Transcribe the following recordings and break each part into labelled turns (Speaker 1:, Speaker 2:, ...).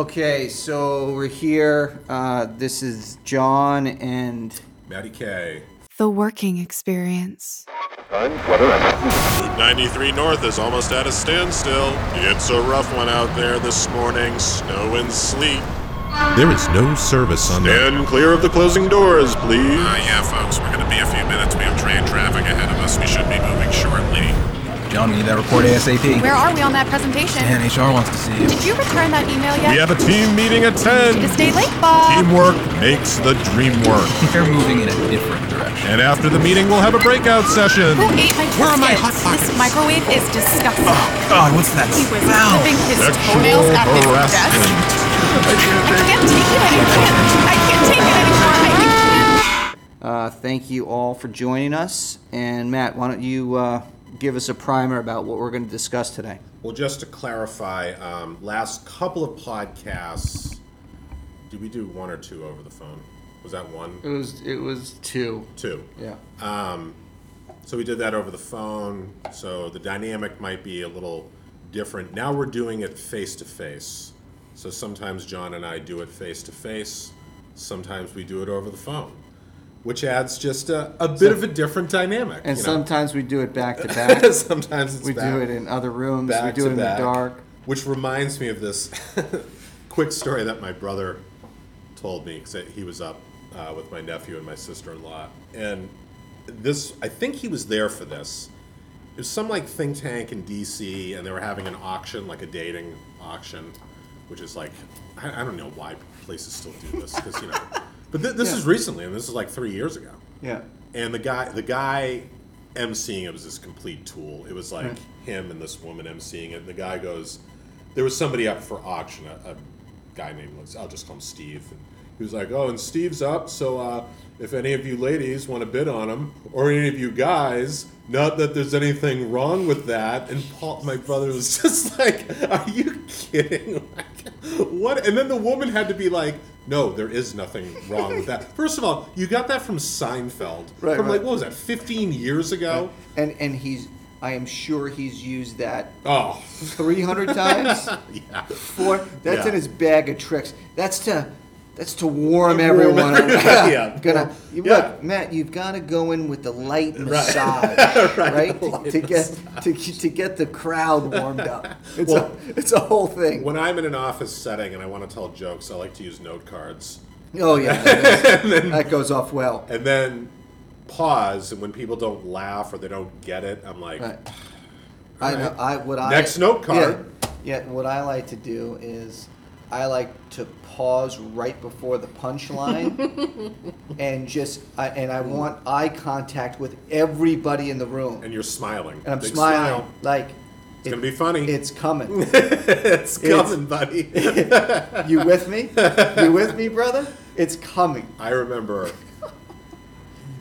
Speaker 1: Okay, so we're here. Uh, this is John and
Speaker 2: Matty K.
Speaker 3: The working experience.
Speaker 4: 93 North is almost at a standstill. It's a rough one out there this morning, snow and sleet.
Speaker 2: There is no service on the.
Speaker 4: And clear of the closing doors, please.
Speaker 5: Uh, yeah, folks, we're gonna be a few minutes. We have train traffic ahead of us. We should be moving shortly.
Speaker 6: John, we need that report ASAP.
Speaker 7: Where are we on that presentation?
Speaker 6: Man, HR wants to see you.
Speaker 7: Did you return that email yet?
Speaker 4: We have a team meeting at 10.
Speaker 7: Just stay late, Bob.
Speaker 4: Teamwork makes the dream work.
Speaker 6: They're moving in a different direction.
Speaker 4: And after the meeting, we'll have a breakout session.
Speaker 7: Who ate my
Speaker 6: Where are my
Speaker 7: biscuits?
Speaker 6: Hot Oh,
Speaker 7: This microwave is disgusting.
Speaker 6: God, what's that
Speaker 7: he was
Speaker 6: smell?
Speaker 7: clipping his
Speaker 4: Sexual
Speaker 7: toenails at his desk.
Speaker 4: harassment.
Speaker 7: I can't take it anymore. I can't take it anymore. I can't.
Speaker 1: uh, thank you all for joining us. And Matt, why don't you uh, give us a primer about what we're going to discuss today?
Speaker 2: Well, just to clarify, um, last couple of podcasts, did we do one or two over the phone? Was that one?
Speaker 1: was it was two.
Speaker 2: Two.
Speaker 1: Yeah.
Speaker 2: Uh, So we did that over the phone. So the dynamic might be a little different. Now we're doing it face to face. So sometimes John and I do it face to face. Sometimes we do it over the phone, which adds just a, a bit of a different dynamic.
Speaker 1: and
Speaker 2: you know?
Speaker 1: sometimes we do it back to back.
Speaker 2: sometimes it's
Speaker 1: We do
Speaker 2: back-
Speaker 1: it in other rooms.
Speaker 2: back
Speaker 1: we do
Speaker 2: to
Speaker 1: it in
Speaker 2: back,
Speaker 1: the dark.
Speaker 2: Which reminds me of this quick story that my brother told me because he was up uh, with my nephew and my sister-in-law, and this I think he was there for this. It was some like think tank in DC, and they were having an auction, like a dating auction, which is like I, I don't know why places still do this because you know, but th- this is recently, and this is like three years ago
Speaker 1: Yeah.
Speaker 2: and the guy the guy emceeing it was this complete tool it was like him and this woman emceeing it and the guy goes there was somebody up for auction a, a guy named let's i'll just call him steve and he was like oh and steve's up so uh, if any of you ladies want to bid on him or any of you guys not that there's anything wrong with that and paul my brother was just like are you kidding like what and then the woman had to be like no there is nothing wrong with that first of all you got that from seinfeld
Speaker 1: Right,
Speaker 2: from
Speaker 1: right.
Speaker 2: like what was that 15 years ago
Speaker 1: And and he's I am sure he's used that
Speaker 2: oh
Speaker 1: 300 times.
Speaker 2: yeah
Speaker 1: Four. That's
Speaker 2: Yeah.
Speaker 1: in his bag of tricks. That's to that's to warm everyone up.
Speaker 2: everyone up, yeah.
Speaker 1: Gonna, you-
Speaker 2: Yeah.
Speaker 1: Look, Matt, you've got to go in with the light massage, right?
Speaker 2: Right.
Speaker 1: To- To, get to, to get the crowd warmed up. It's
Speaker 2: Well-
Speaker 1: a it's a whole thing.
Speaker 2: when i'm in an office setting and i want to tell jokes i like to use note cards
Speaker 1: oh yeah, that, is- that goes off well.
Speaker 2: and then pause and when people don't laugh or they don't get it i'm like
Speaker 1: Right. I know. I what I
Speaker 2: Next note card.
Speaker 1: Yeah, yeah, what I like to do is I like to pause right before the punchline and just I, and I want eye contact with everybody in the room.
Speaker 2: and you're smiling
Speaker 1: and I'm
Speaker 2: Big
Speaker 1: smiling
Speaker 2: smile.
Speaker 1: like
Speaker 2: it's gonna be funny
Speaker 1: it's coming.
Speaker 2: it's coming buddy
Speaker 1: you with me? You with me, brother? It's coming.
Speaker 2: I remember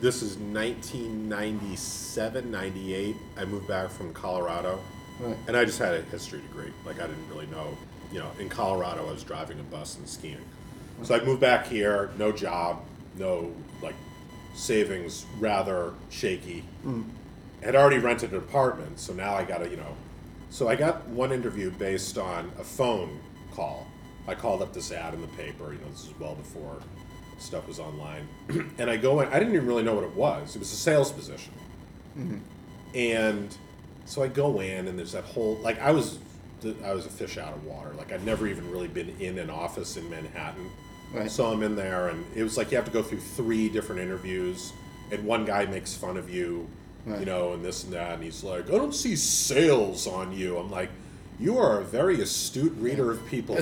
Speaker 2: this is 1997, 98. I moved back from Colorado.
Speaker 1: Right.
Speaker 2: And I just had a history degree. Like, I didn't really know. You know, in Colorado, I was driving a bus and skiing. So I moved back here, no job, no, like, savings, rather shaky. Had already rented an apartment, so now I gotta, you know. So I got one interview based on a phone call. I called up this ad in the paper, you know, this is well before stuff was online. and I go in, I didn't even really know what it was. It was a sales position. And so I go in, and there's that whole like I was th- I was a fish out of water. Like I'd never even really been in an office in Manhattan.
Speaker 1: Right.
Speaker 2: So I'm in there, and it was like you have to go through three different interviews, and one guy makes fun of you, you know, and this and that, and he's like, "I don't see sales on you." I'm like, "You are a very astute reader of people, my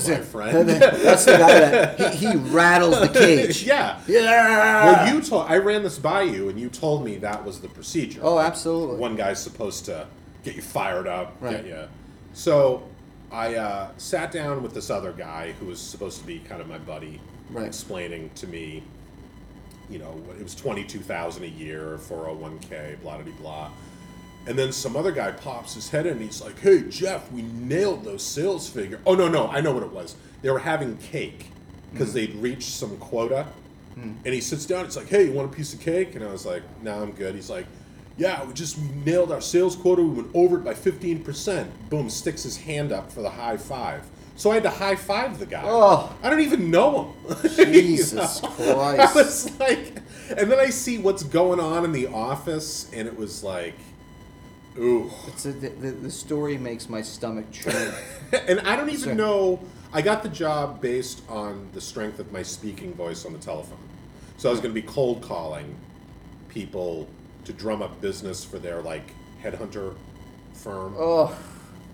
Speaker 2: friend."
Speaker 1: That's the guy that he, he rattles the cage.
Speaker 2: yeah.
Speaker 1: Yeah.
Speaker 2: Well, you told I ran this by you, and you told me that was the procedure.
Speaker 1: Oh, absolutely.
Speaker 2: One guy's supposed to get you fired up.
Speaker 1: Right.
Speaker 2: Get you. So I uh, sat down with this other guy who was supposed to be kind of my buddy,
Speaker 1: Right.
Speaker 2: explaining to me, you know, it was twenty two thousand a year, four hundred one k, blah blah blah. And then some other guy pops his head in and he's like, "Hey Jeff, we nailed those sales figure." Oh no, no, I know what it was. They were having cake because they'd reached some quota. And he sits down. It's like, "Hey, you want a piece of cake?" And I was like, "No, I'm good." He's like, "Yeah, we just we nailed our sales quota. We went over it by 15%." Boom, sticks his hand up for the high five. So I had to high five the guy.
Speaker 1: Oh.
Speaker 2: I don't even know him. You
Speaker 1: Jesus
Speaker 2: know?
Speaker 1: Christ.
Speaker 2: I was like, and then I see what's going on in the office, and it was like, ooh.
Speaker 1: It's a, the, the, the story makes my stomach churn.
Speaker 2: and I don't even
Speaker 1: Sure.
Speaker 2: know. I got the job based on the strength of my speaking voice on the telephone. So I was going to be cold calling people to drum up business for their like headhunter firm,
Speaker 1: oh,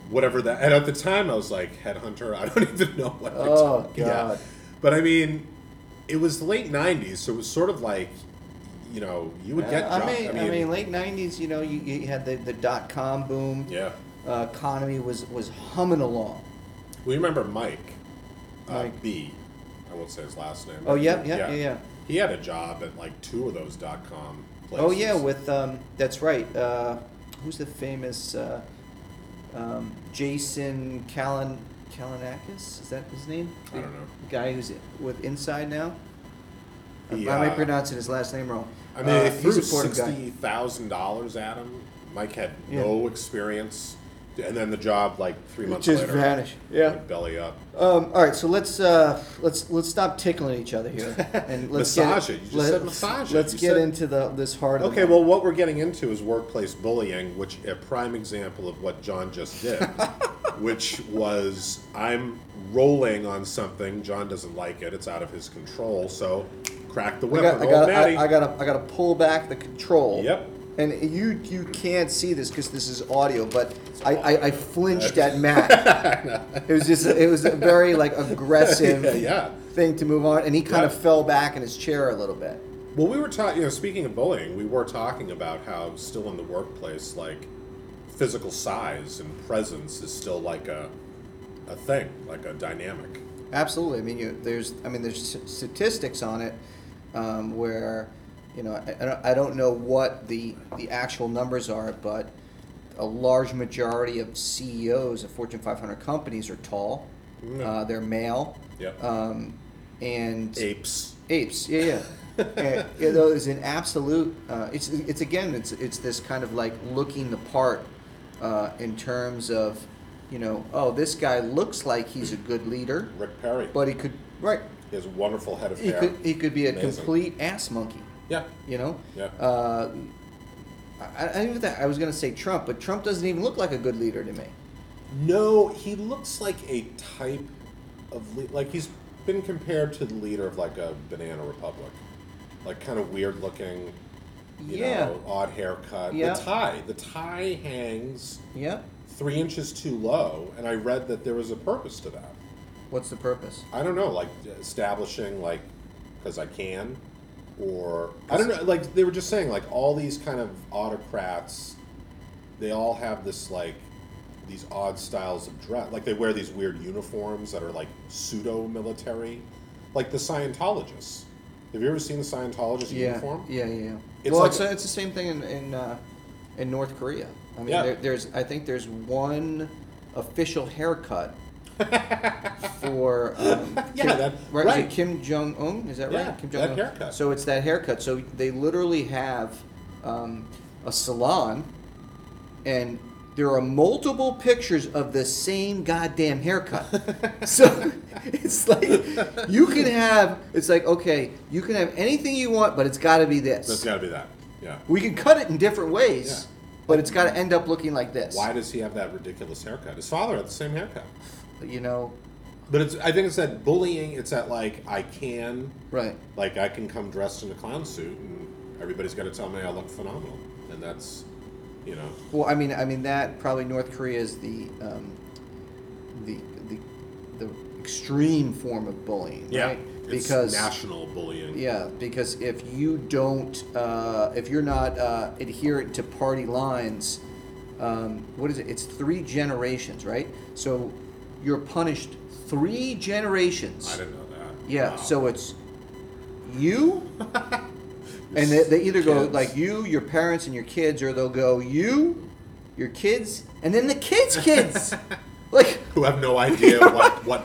Speaker 2: whatever that. And at the time, I was like headhunter. I don't even know what. they're
Speaker 1: Oh,
Speaker 2: talking-
Speaker 1: God.
Speaker 2: But I mean, it was the late '90s, so it was sort of like, you know, you would get.
Speaker 1: I
Speaker 2: job-
Speaker 1: mean, I mean, late '90s. You know, you, you had the, the dot com boom.
Speaker 2: yeah.
Speaker 1: Uh, economy was was humming along.
Speaker 2: We remember Mike, uh,
Speaker 1: Mike.
Speaker 2: B. I won't say his last name.
Speaker 1: Oh, yeah, yeah, yeah, yeah.
Speaker 2: He had a job at like two of those dot com places.
Speaker 1: Oh yeah, with um, that's right. Uh, who's the famous uh, um, Jason Kalan Kalanakis? Is that his name?
Speaker 2: I don't know.
Speaker 1: The guy who's with Inside now.
Speaker 2: He,
Speaker 1: I might
Speaker 2: uh,
Speaker 1: pronounce it his last name wrong.
Speaker 2: I mean, they
Speaker 1: Uh,
Speaker 2: threw
Speaker 1: he's a supportive guy.
Speaker 2: sixty thousand dollars at him. Mike had
Speaker 1: Yeah.
Speaker 2: no experience, and then the job like three months
Speaker 1: just
Speaker 2: later
Speaker 1: vanished. Yeah.
Speaker 2: went belly up.
Speaker 1: Um, all right, so let's uh, let's let's stop tickling each other here and let's
Speaker 2: Massage
Speaker 1: get
Speaker 2: it. You just said massage it.
Speaker 1: Let's
Speaker 2: You
Speaker 1: get
Speaker 2: said-
Speaker 1: into the this heart of the
Speaker 2: Okay,
Speaker 1: matter.
Speaker 2: well, what we're getting into is workplace bullying, which a prime example of what John just did, which was I'm rolling on something. John doesn't like it; it's out of his control. So, crack the
Speaker 1: I
Speaker 2: whip
Speaker 1: got,
Speaker 2: and
Speaker 1: I
Speaker 2: roll
Speaker 1: got,
Speaker 2: natty.
Speaker 1: I, I got, I got to pull back the control.
Speaker 2: Yep.
Speaker 1: And you, you can't see this because this is audio, but I, I, I flinched at Matt. it was just, it was a very like aggressive
Speaker 2: Yeah, yeah.
Speaker 1: thing to move on, and he kind
Speaker 2: Yeah.
Speaker 1: of fell back in his chair a little bit.
Speaker 2: well, we were talking. You know, speaking of bullying, we were talking about how still in the workplace, like physical size and presence is still like a a thing, like a dynamic.
Speaker 1: Absolutely. I mean, you, there's, I mean, there's s- statistics on it um, where, you know, I, I don't- I don't know what the the actual numbers are, but a large majority of CEOs of Fortune 500 companies are tall. Uh, they're male.
Speaker 2: Yep.
Speaker 1: Um, and
Speaker 2: Apes.
Speaker 1: apes. Yeah, yeah. and, you know, it's an absolute. Uh, it's it's again. It's it's this kind of like looking the part uh, in terms of, you know, oh, this guy looks like he's a good leader,
Speaker 2: Rick Perry.
Speaker 1: but he could right.
Speaker 2: he has a wonderful head of
Speaker 1: He
Speaker 2: hair.
Speaker 1: could he could be a
Speaker 2: Amazing.
Speaker 1: complete ass monkey.
Speaker 2: yeah.
Speaker 1: You know.
Speaker 2: Yeah.
Speaker 1: Uh, I, I, I even that I was gonna say Trump, but Trump doesn't even look like a good leader to me.
Speaker 2: No, he looks like a type of le- like he's been compared to the leader of like a banana republic, like kind of weird looking, you
Speaker 1: Yeah.
Speaker 2: know, odd haircut.
Speaker 1: Yeah.
Speaker 2: The tie, the tie hangs
Speaker 1: Yeah.
Speaker 2: three inches too low, and I read that there was a purpose to that.
Speaker 1: What's the purpose?
Speaker 2: I don't know, like establishing like because I can, or I don't know, like they were just saying like all these kind of autocrats, they all have this like these odd styles of dress, like they wear these weird uniforms that are like pseudo military, like the Scientologists. Have you ever seen the Scientologist
Speaker 1: Yeah,
Speaker 2: uniform?
Speaker 1: yeah, yeah. yeah.
Speaker 2: It's
Speaker 1: well,
Speaker 2: like
Speaker 1: it's,
Speaker 2: a-
Speaker 1: it's the same thing in in, uh, in North Korea. I mean,
Speaker 2: Yeah.
Speaker 1: there, there's I think there's one official haircut for um,
Speaker 2: Yeah,
Speaker 1: Kim,
Speaker 2: that-
Speaker 1: right, is it
Speaker 2: right.
Speaker 1: Kim Jong Un. Is that
Speaker 2: Yeah,
Speaker 1: right? Kim
Speaker 2: that
Speaker 1: Jong-un?
Speaker 2: haircut.
Speaker 1: So it's that haircut. So they literally have um, a salon, and there are multiple pictures of the same goddamn haircut. so it's like you can have. It's like okay, you can have anything you want, but it's got to be this.
Speaker 2: That's got to be that. Yeah.
Speaker 1: We can cut it in different ways,
Speaker 2: Yeah.
Speaker 1: but it's got to end up looking like this.
Speaker 2: Why does he have that ridiculous haircut? His father had the same haircut.
Speaker 1: You know,
Speaker 2: But it's I think it's that bullying. It's that like I can.
Speaker 1: right?
Speaker 2: like I can come dressed in a clown suit and everybody's got to tell me I look phenomenal, and that's, you know,
Speaker 1: Well, I mean, I mean that probably North Korea is the um, the the the extreme form of bullying, right?
Speaker 2: it's
Speaker 1: Because
Speaker 2: national bullying.
Speaker 1: yeah, because if you don't, uh, if you're not uh, adherent to party lines, um, what is it? It's three generations, right? So you're punished three generations.
Speaker 2: I didn't know that.
Speaker 1: Yeah,
Speaker 2: Wow.
Speaker 1: so it's you, and they, they either go
Speaker 2: Kids.
Speaker 1: like you, your parents, and your kids, or they'll go you, your kids, and then the kids' kids, like,
Speaker 2: who have no idea what what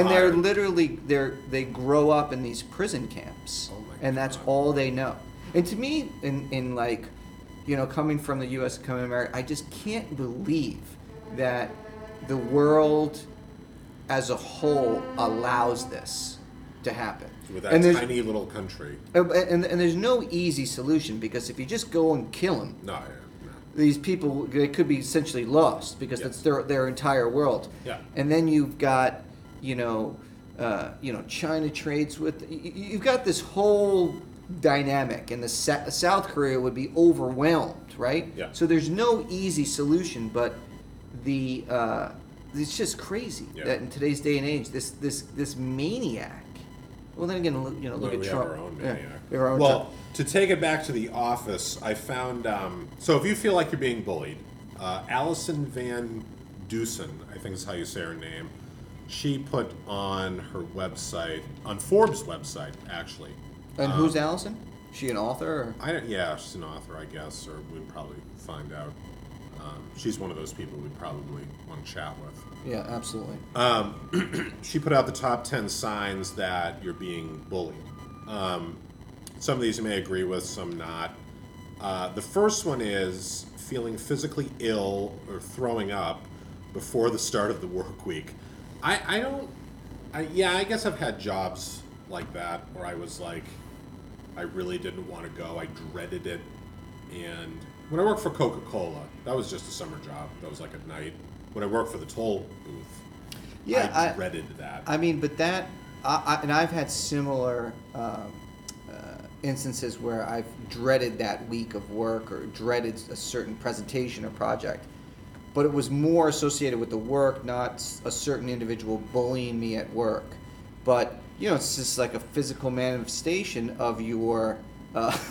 Speaker 1: and they're literally they're they grow up in these prison camps,
Speaker 2: Oh my
Speaker 1: and that's
Speaker 2: God.
Speaker 1: all they know. And to me, in in like, you know, coming from the U.S. coming to America, I just can't believe that the world as a whole allows this to happen.
Speaker 2: with that
Speaker 1: and there's-
Speaker 2: tiny little country.
Speaker 1: uh, and, and there's no easy solution because if you just go and kill them,
Speaker 2: No, yeah, no.
Speaker 1: these people they could be essentially lost because
Speaker 2: Yes.
Speaker 1: that's their their entire world.
Speaker 2: Yeah.
Speaker 1: And then you've got, you know, uh, you know, China trades with. y- y- You've got this whole dynamic, and the Sa- South Korea would be overwhelmed, right?
Speaker 2: Yeah.
Speaker 1: So there's no easy solution, but the uh, it's just crazy
Speaker 2: Yeah.
Speaker 1: that in today's day and age, this this this maniac. Well, then again, look- you know, look at
Speaker 2: Well, we
Speaker 1: Trump.
Speaker 2: have our own
Speaker 1: Yeah,
Speaker 2: maniac.
Speaker 1: we have our own
Speaker 2: well,
Speaker 1: Trump.
Speaker 2: to take it back to the office, I found um, so if you feel like you're being bullied, uh, Allison Van Dusen, I think is how you say her name. She put on her website, on Forbes' website, actually.
Speaker 1: And who's
Speaker 2: um,
Speaker 1: Allison? She an author? Or?
Speaker 2: I don't, yeah, she's an author, I guess, or we'd probably find out. Um, she's one of those people we'd probably want to chat with.
Speaker 1: Yeah, absolutely.
Speaker 2: she put out the top 10 signs that you're being bullied. Um, some of these you may agree with, some not. Uh, the first one is feeling physically ill or throwing up before the start of the work week. I, I don't, I, yeah, I guess I've had jobs like that where I was like, I really didn't want to go. I dreaded it. And when I worked for Coca Cola, that was just a summer job. That was like at night. When I worked for the toll booth,
Speaker 1: Yeah,
Speaker 2: I,
Speaker 1: I-
Speaker 2: dreaded that.
Speaker 1: I mean, but that, I, I, and I've had similar um, uh, instances where I've dreaded that week of work or dreaded a certain presentation or project, but it was more associated with the work, not s- a certain individual bullying me at work. But you know, it's just like a physical manifestation of your. Uh,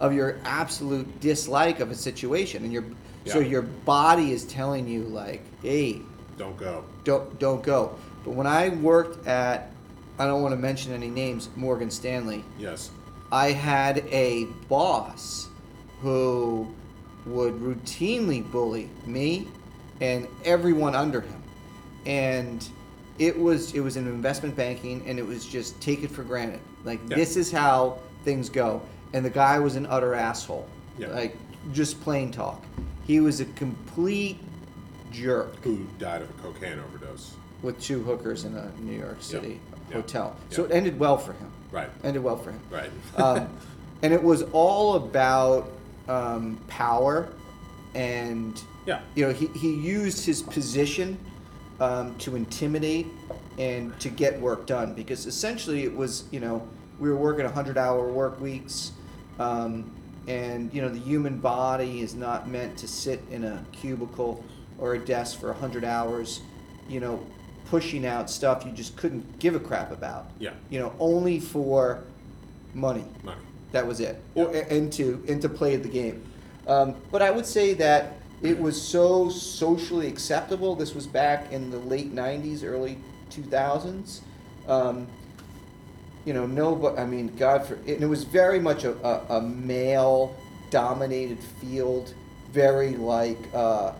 Speaker 1: Of your absolute dislike of a situation, and your so
Speaker 2: Yeah.
Speaker 1: your body is telling you like, "Hey,
Speaker 2: Don't go.
Speaker 1: don't don't go. But when I worked at, I don't want to mention any names, Morgan Stanley.
Speaker 2: Yes.
Speaker 1: I had a boss who would routinely bully me and everyone under him. And it was it was in investment banking and it was just take it for granted. Like
Speaker 2: Yeah.
Speaker 1: this is how things go. And the guy was an utter asshole.
Speaker 2: Yeah.
Speaker 1: Like just plain talk. He was a complete jerk
Speaker 2: Who died of a cocaine overdose?
Speaker 1: with two hookers in a New York City
Speaker 2: yeah,
Speaker 1: hotel. So
Speaker 2: yeah.
Speaker 1: it ended well for him.
Speaker 2: Right.
Speaker 1: Ended well for him.
Speaker 2: Right.
Speaker 1: Um, and it was all about um, power, and
Speaker 2: Yeah.
Speaker 1: you know he, he used his position um, to intimidate and to get work done because essentially it was you know we were working 100 hour work weeks um, and you know the human body is not meant to sit in a cubicle or a desk for 100 hours you know pushing out stuff you just couldn't give a crap about
Speaker 2: Yeah.
Speaker 1: you know only for money
Speaker 2: Money.
Speaker 1: that was it, or, and to and to play the game. Um, but I would say that it was so socially acceptable. This was back in the late '90s, early 2000s. Um, you know, no, but I mean, God, for, and it was very much a, a, a male-dominated field, very like, uh,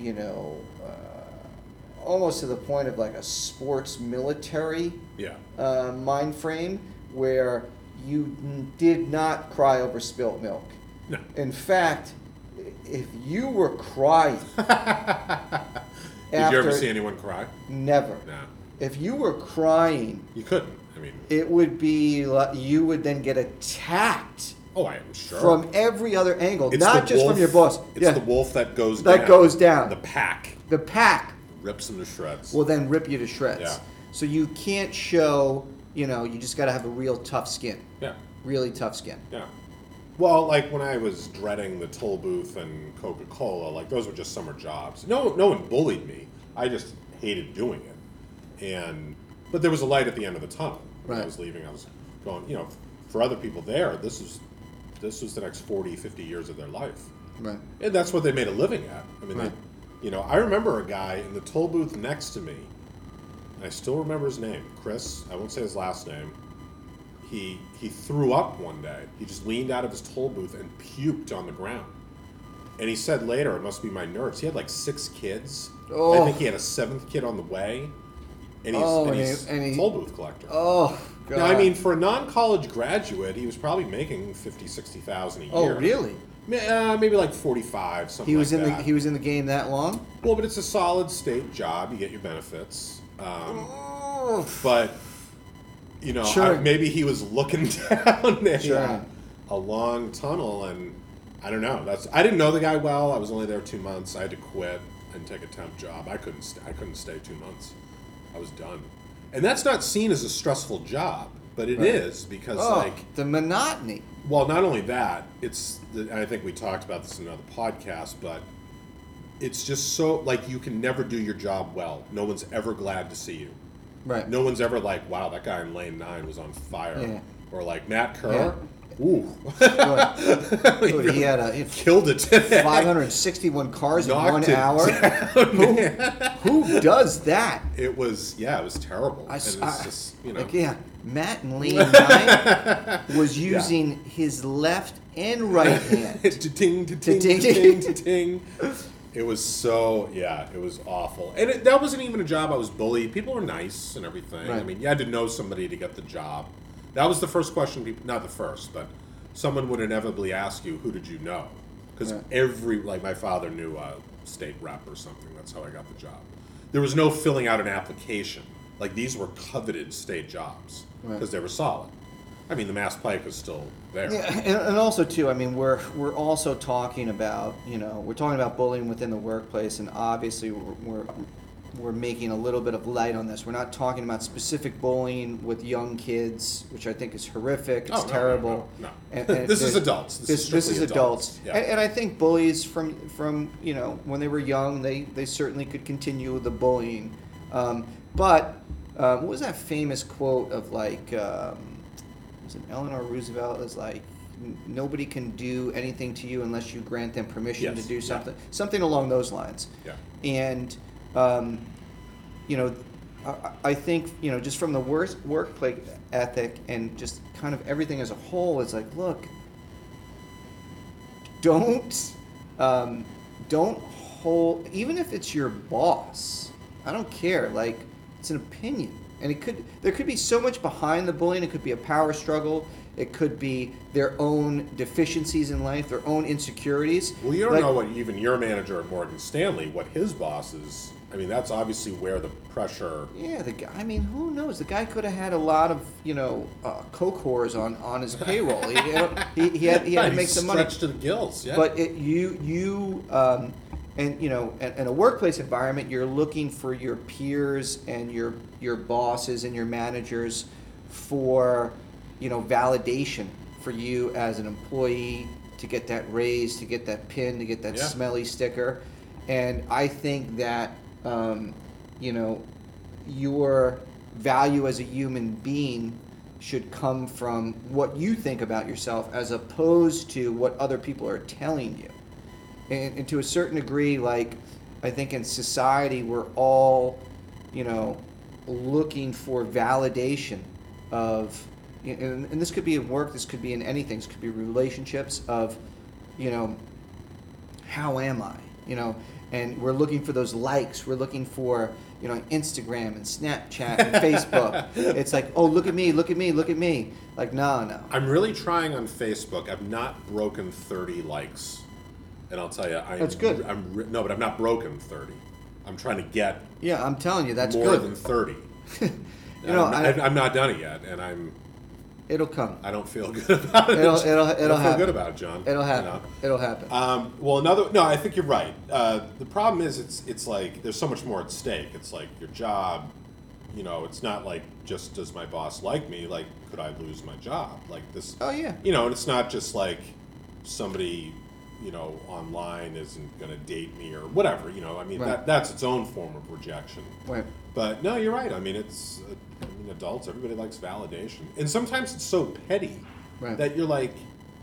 Speaker 1: you know, uh, almost to the point of like a sports military
Speaker 2: Yeah.
Speaker 1: uh, mind frame where you n- did not cry over spilt milk.
Speaker 2: No.
Speaker 1: In fact, i- if you were crying,
Speaker 2: Did you ever
Speaker 1: After-
Speaker 2: see anyone cry?
Speaker 1: never.
Speaker 2: No.
Speaker 1: If you were crying,
Speaker 2: You couldn't. I mean,
Speaker 1: it would be like you would then get attacked
Speaker 2: oh, I am sure.
Speaker 1: from every other angle,
Speaker 2: It's
Speaker 1: not
Speaker 2: the
Speaker 1: just
Speaker 2: wolf-
Speaker 1: from your boss.
Speaker 2: It's the wolf that goes
Speaker 1: That
Speaker 2: down.
Speaker 1: goes down.
Speaker 2: The pack
Speaker 1: The pack
Speaker 2: rips them to shreds.
Speaker 1: will then rip you to shreds.
Speaker 2: Yeah.
Speaker 1: So you can't show, you know, you just got to have a real tough skin.
Speaker 2: yeah.
Speaker 1: Really tough skin.
Speaker 2: Yeah. Well, like when I was dreading the toll booth and Coca Cola, like those were just summer jobs. No, no one bullied me. I just hated doing it. And but there was a light at the end of the tunnel. When I
Speaker 1: Right.
Speaker 2: was leaving, I was going. You know, for other people there, this is this was the next 40, 50 years of their life,
Speaker 1: Right.
Speaker 2: and that's what they made a living at. I mean,
Speaker 1: Right.
Speaker 2: they, you know, I remember a guy in the toll booth next to me. And I still remember his name, Chris. I won't say his last name he he threw up one day. He just leaned out of his toll booth and puked on the ground. And he said later, it must be my nerves. He had like six kids. I
Speaker 1: Oh.
Speaker 2: think he had a seventh kid on the way. And he's,
Speaker 1: Oh,
Speaker 2: and
Speaker 1: and he-
Speaker 2: he's
Speaker 1: and he-
Speaker 2: a toll booth collector.
Speaker 1: Oh, God.
Speaker 2: now, I mean, for a non-college graduate, he was probably making fifty, sixty thousand a year.
Speaker 1: Oh, really?
Speaker 2: Ma- Uh, maybe like 45, something
Speaker 1: He was
Speaker 2: like
Speaker 1: in the
Speaker 2: that.
Speaker 1: he was in the game that long.
Speaker 2: Well, but it's a solid state job. You get your benefits. Um, but, you know, I-
Speaker 1: Oh. Sure.
Speaker 2: maybe he was looking down a,
Speaker 1: Sure.
Speaker 2: uh, a long tunnel, and I don't know. That's I didn't know the guy well. I was only there two months. I had to quit and take a temp job. I couldn't. St- I couldn't stay two months. I was done. And that's not seen as a stressful job, but it is because
Speaker 1: Oh,
Speaker 2: like
Speaker 1: the monotony.
Speaker 2: well, not only that, it's the, and I think we talked about this in another podcast, but it's just so like you can never do your job well. No one's ever glad to see you.
Speaker 1: Right.
Speaker 2: No one's ever like, "Wow, that guy in lane nine was on fire,"
Speaker 1: Yeah.
Speaker 2: or like Matt Kerr,
Speaker 1: Good.
Speaker 2: ooh,
Speaker 1: Dude, he had a he had
Speaker 2: killed it today.
Speaker 1: 561 cars in
Speaker 2: Knocked
Speaker 1: one
Speaker 2: it
Speaker 1: hour. who, who does that?
Speaker 2: It was yeah, it was terrible.
Speaker 1: I,
Speaker 2: and it's
Speaker 1: s- I-
Speaker 2: just you know
Speaker 1: like, yeah, Matt in lane nine was using his left and right hand.
Speaker 2: ding, ding,
Speaker 1: Da-ding.
Speaker 2: ding, ding, ding. It was so yeah, it was awful, and it, that wasn't even a job. I was bullied. People were nice and everything. I
Speaker 1: Right.
Speaker 2: mean, you had to know somebody to get the job. That was the first question. People, not the first, but someone would inevitably ask you, "Who did you know?" Because
Speaker 1: Right.
Speaker 2: every like my father knew a state rep or something. That's how I got the job. There was no filling out an application. Like these were coveted state jobs because
Speaker 1: Right.
Speaker 2: they were solid. I mean, the Mass Pike was still there.
Speaker 1: Yeah, and, and also too, I mean, we're we're also talking about you know we're talking about bullying within the workplace, and obviously we're we're, we're making a little bit of light on this. We're not talking about specific bullying with young kids, which I think is horrific. It's
Speaker 2: Oh, no, no,
Speaker 1: terrible.
Speaker 2: no, no.
Speaker 1: And- and
Speaker 2: This is
Speaker 1: there's-
Speaker 2: adults. This
Speaker 1: This
Speaker 2: is
Speaker 1: this is
Speaker 2: strictly adults.
Speaker 1: adults.
Speaker 2: Yeah.
Speaker 1: And, and I think bullies from from you know when they were young, they they certainly could continue the bullying. Um, but um, what was that famous quote of like? Um, was it Eleanor Roosevelt is like "N- nobody can do anything to you unless you grant them permission
Speaker 2: Yes,
Speaker 1: to do
Speaker 2: yeah.
Speaker 1: something something along those lines
Speaker 2: Yeah.
Speaker 1: and um, you know I- I, I think you know just from the worst workplace ethic and just kind of everything as a whole it's like look don't um, don't hold even if it's your boss i don't care like it's an opinion and it could there could be so much behind the bullying it could be a power struggle it could be their own deficiencies in life their own insecurities
Speaker 2: Well, you don't
Speaker 1: Like-
Speaker 2: know what even your manager at Morgan Stanley, what his boss is. I mean, that's obviously where the pressure.
Speaker 1: Yeah, the guy. I mean, who knows? The guy could have had a lot of you know uh, coke whores on on his payroll. He, he, he had he had to
Speaker 2: He's
Speaker 1: make some money.
Speaker 2: Stretched to the gills, yeah.
Speaker 1: But it, you you um, and you know, in, in a workplace environment, you're looking for your peers and your your bosses and your managers for you know validation for you as an employee to get that raise, to get that pin, to get that
Speaker 2: Yeah.
Speaker 1: smelly sticker, and I think that um, you know your value as a human being should come from what you think about yourself as opposed to what other people are telling you. And, and to a certain degree, like, I think in society, we're all, you know, looking for validation of, and, and this could be in work, this could be in anything, this could be relationships of, you know, how am I? You know, and we're looking for those likes. We're looking for, you know, Instagram and Snapchat and Facebook. It's like, oh, look at me, look at me, look at me. Like, no, no.
Speaker 2: I'm really trying on Facebook. I've not broken 30 likes, and I'll tell you, I'm,
Speaker 1: That's good.
Speaker 2: I'm re- no, but I'm not broken 30. I'm trying to get
Speaker 1: Yeah, I'm telling you, that's
Speaker 2: more
Speaker 1: good.
Speaker 2: than 30.
Speaker 1: you know,
Speaker 2: I'm,
Speaker 1: I,
Speaker 2: I, am not done it yet, and I'm
Speaker 1: it'll come.
Speaker 2: I don't feel good about it.
Speaker 1: It'll- it'll-
Speaker 2: I don't
Speaker 1: it'll
Speaker 2: feel
Speaker 1: happen.
Speaker 2: good about it, John.
Speaker 1: it'll
Speaker 2: you
Speaker 1: happen.
Speaker 2: know?
Speaker 1: It'll happen.
Speaker 2: Um, well, another no. I think you're right. Uh, the problem is it's it's like there's so much more at stake. It's like your job. You know, it's not like just does my boss like me? Like, could I lose my job? Like this.
Speaker 1: Oh, yeah.
Speaker 2: You know, and it's not just like somebody you know online isn't going to date me or whatever. You know, I mean
Speaker 1: Right.
Speaker 2: that that's its own form of rejection.
Speaker 1: Right.
Speaker 2: But no, you're right. I mean, it's uh, I mean, adults. Everybody likes validation, and sometimes it's so petty
Speaker 1: Right.
Speaker 2: that you're like,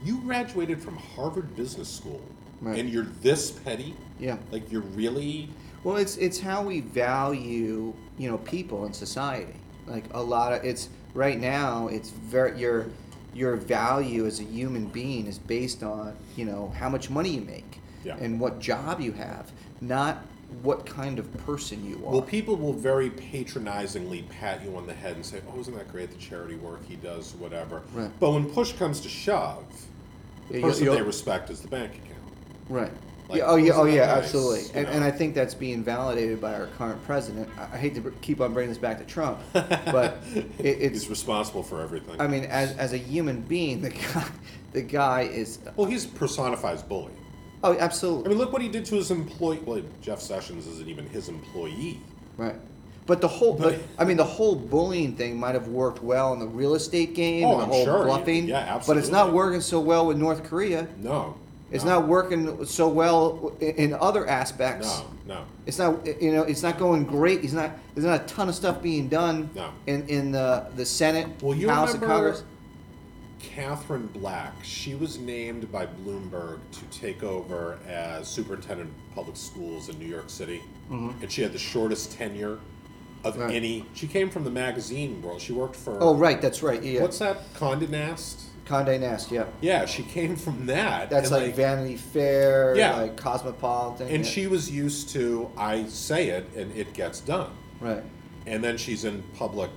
Speaker 2: you graduated from Harvard Business School,
Speaker 1: Right.
Speaker 2: and you're this petty.
Speaker 1: Yeah.
Speaker 2: Like you're really.
Speaker 1: Well, it's it's how we value you know people in society. Like a lot of it's right now. It's very your your value as a human being is based on you know how much money you make
Speaker 2: Yeah.
Speaker 1: and what job you have, not what kind of person you are.
Speaker 2: Well, people will very patronizingly pat you on the head and say, "Oh, isn't that great? The charity work he does, whatever."
Speaker 1: Right.
Speaker 2: But when push comes to shove,
Speaker 1: Yeah,
Speaker 2: The
Speaker 1: you'll-
Speaker 2: person
Speaker 1: you'll-
Speaker 2: they respect is the bank account.
Speaker 1: Right.
Speaker 2: Like,
Speaker 1: yeah, oh yeah.
Speaker 2: wasn't
Speaker 1: Oh
Speaker 2: that
Speaker 1: yeah.
Speaker 2: nice,
Speaker 1: absolutely.
Speaker 2: you
Speaker 1: And,
Speaker 2: know?
Speaker 1: and I think that's being validated by our current president. I, I hate to br- keep on bringing this back to Trump, but it,
Speaker 2: He's
Speaker 1: it's.
Speaker 2: responsible for everything.
Speaker 1: I mean, as, as a human being, the guy, the guy is.
Speaker 2: well, he's personifies bullying.
Speaker 1: Oh,
Speaker 2: I
Speaker 1: absolutely.
Speaker 2: mean, look what he did to his employee. Well, Jeff Sessions isn't even his employee.
Speaker 1: Right. But the whole, but,
Speaker 2: But-
Speaker 1: I mean, the whole bullying thing might have worked well in the real estate game
Speaker 2: Oh,
Speaker 1: and the
Speaker 2: I'm
Speaker 1: whole
Speaker 2: sure.
Speaker 1: bluffing.
Speaker 2: Yeah,
Speaker 1: But it's not
Speaker 2: absolutely.
Speaker 1: working so well with North Korea.
Speaker 2: No.
Speaker 1: It's
Speaker 2: no,
Speaker 1: not working so well i- in other aspects.
Speaker 2: No, no.
Speaker 1: It's not you know it's not going great. It's not there's not a ton of stuff being done
Speaker 2: No.
Speaker 1: in in the the Senate,
Speaker 2: Well, you
Speaker 1: House, and
Speaker 2: remember
Speaker 1: Congress.
Speaker 2: Catherine Black. She was named by Bloomberg to take over as superintendent of public schools in New York City, and she had the shortest tenure of
Speaker 1: Mm-hmm. Right.
Speaker 2: any. She came from the magazine world. She worked for.
Speaker 1: Oh right, that's right. Yeah,
Speaker 2: What's that? Condé Nast.
Speaker 1: Condé Nast? Yeah,
Speaker 2: Yeah, she came from that.
Speaker 1: that's
Speaker 2: and,
Speaker 1: like, Vanity Fair,
Speaker 2: Yeah.
Speaker 1: like Cosmopolitan,
Speaker 2: And
Speaker 1: yeah.
Speaker 2: she was used to I say it and it gets done.
Speaker 1: right,
Speaker 2: And then she's in public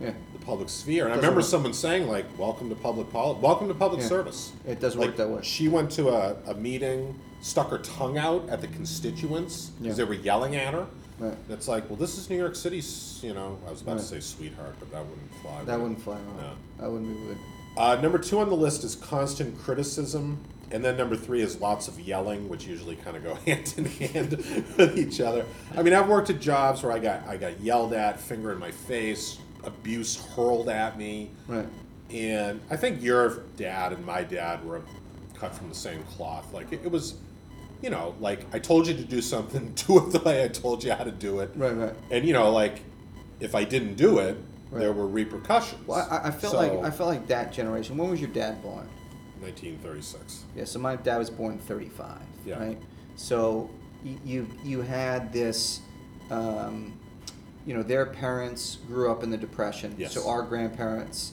Speaker 1: yeah,
Speaker 2: the public sphere. And I
Speaker 1: Doesn't
Speaker 2: remember
Speaker 1: work.
Speaker 2: someone saying like, "Welcome to public poli- welcome to public
Speaker 1: Yeah.
Speaker 2: service."
Speaker 1: It doesn't
Speaker 2: like,
Speaker 1: work that way.
Speaker 2: She went to a, a meeting, stuck her tongue out at the constituents
Speaker 1: Yeah.
Speaker 2: because they were yelling at her.
Speaker 1: Right.
Speaker 2: That's like, well, this is New York City's. You know, I was about to
Speaker 1: Right.
Speaker 2: say sweetheart, but that wouldn't fly. would
Speaker 1: that
Speaker 2: it?
Speaker 1: wouldn't fly. No.
Speaker 2: No.
Speaker 1: That wouldn't be good.
Speaker 2: Uh, number two on the list is constant criticism, and then number three is lots of yelling, which usually kind of go hand in hand with each other. I mean, I've worked at jobs where I got I got yelled at, finger in my face, abuse hurled at me,
Speaker 1: Right.
Speaker 2: and I think your dad and my dad were cut from the same cloth. Like it, it was, you know, like I told you to do something, do it the way I told you how to do it,
Speaker 1: Right, right.
Speaker 2: and you know, like if I didn't do it, there
Speaker 1: Right.
Speaker 2: were repercussions.
Speaker 1: Well, I, I felt
Speaker 2: So-
Speaker 1: like I felt like that generation. When was your dad born?
Speaker 2: 1936.
Speaker 1: Yeah, so my dad was born in 35,
Speaker 2: Yeah.
Speaker 1: right? So y- you you had this, um, you know, their parents grew up in the Depression.
Speaker 2: Yes.
Speaker 1: So our grandparents,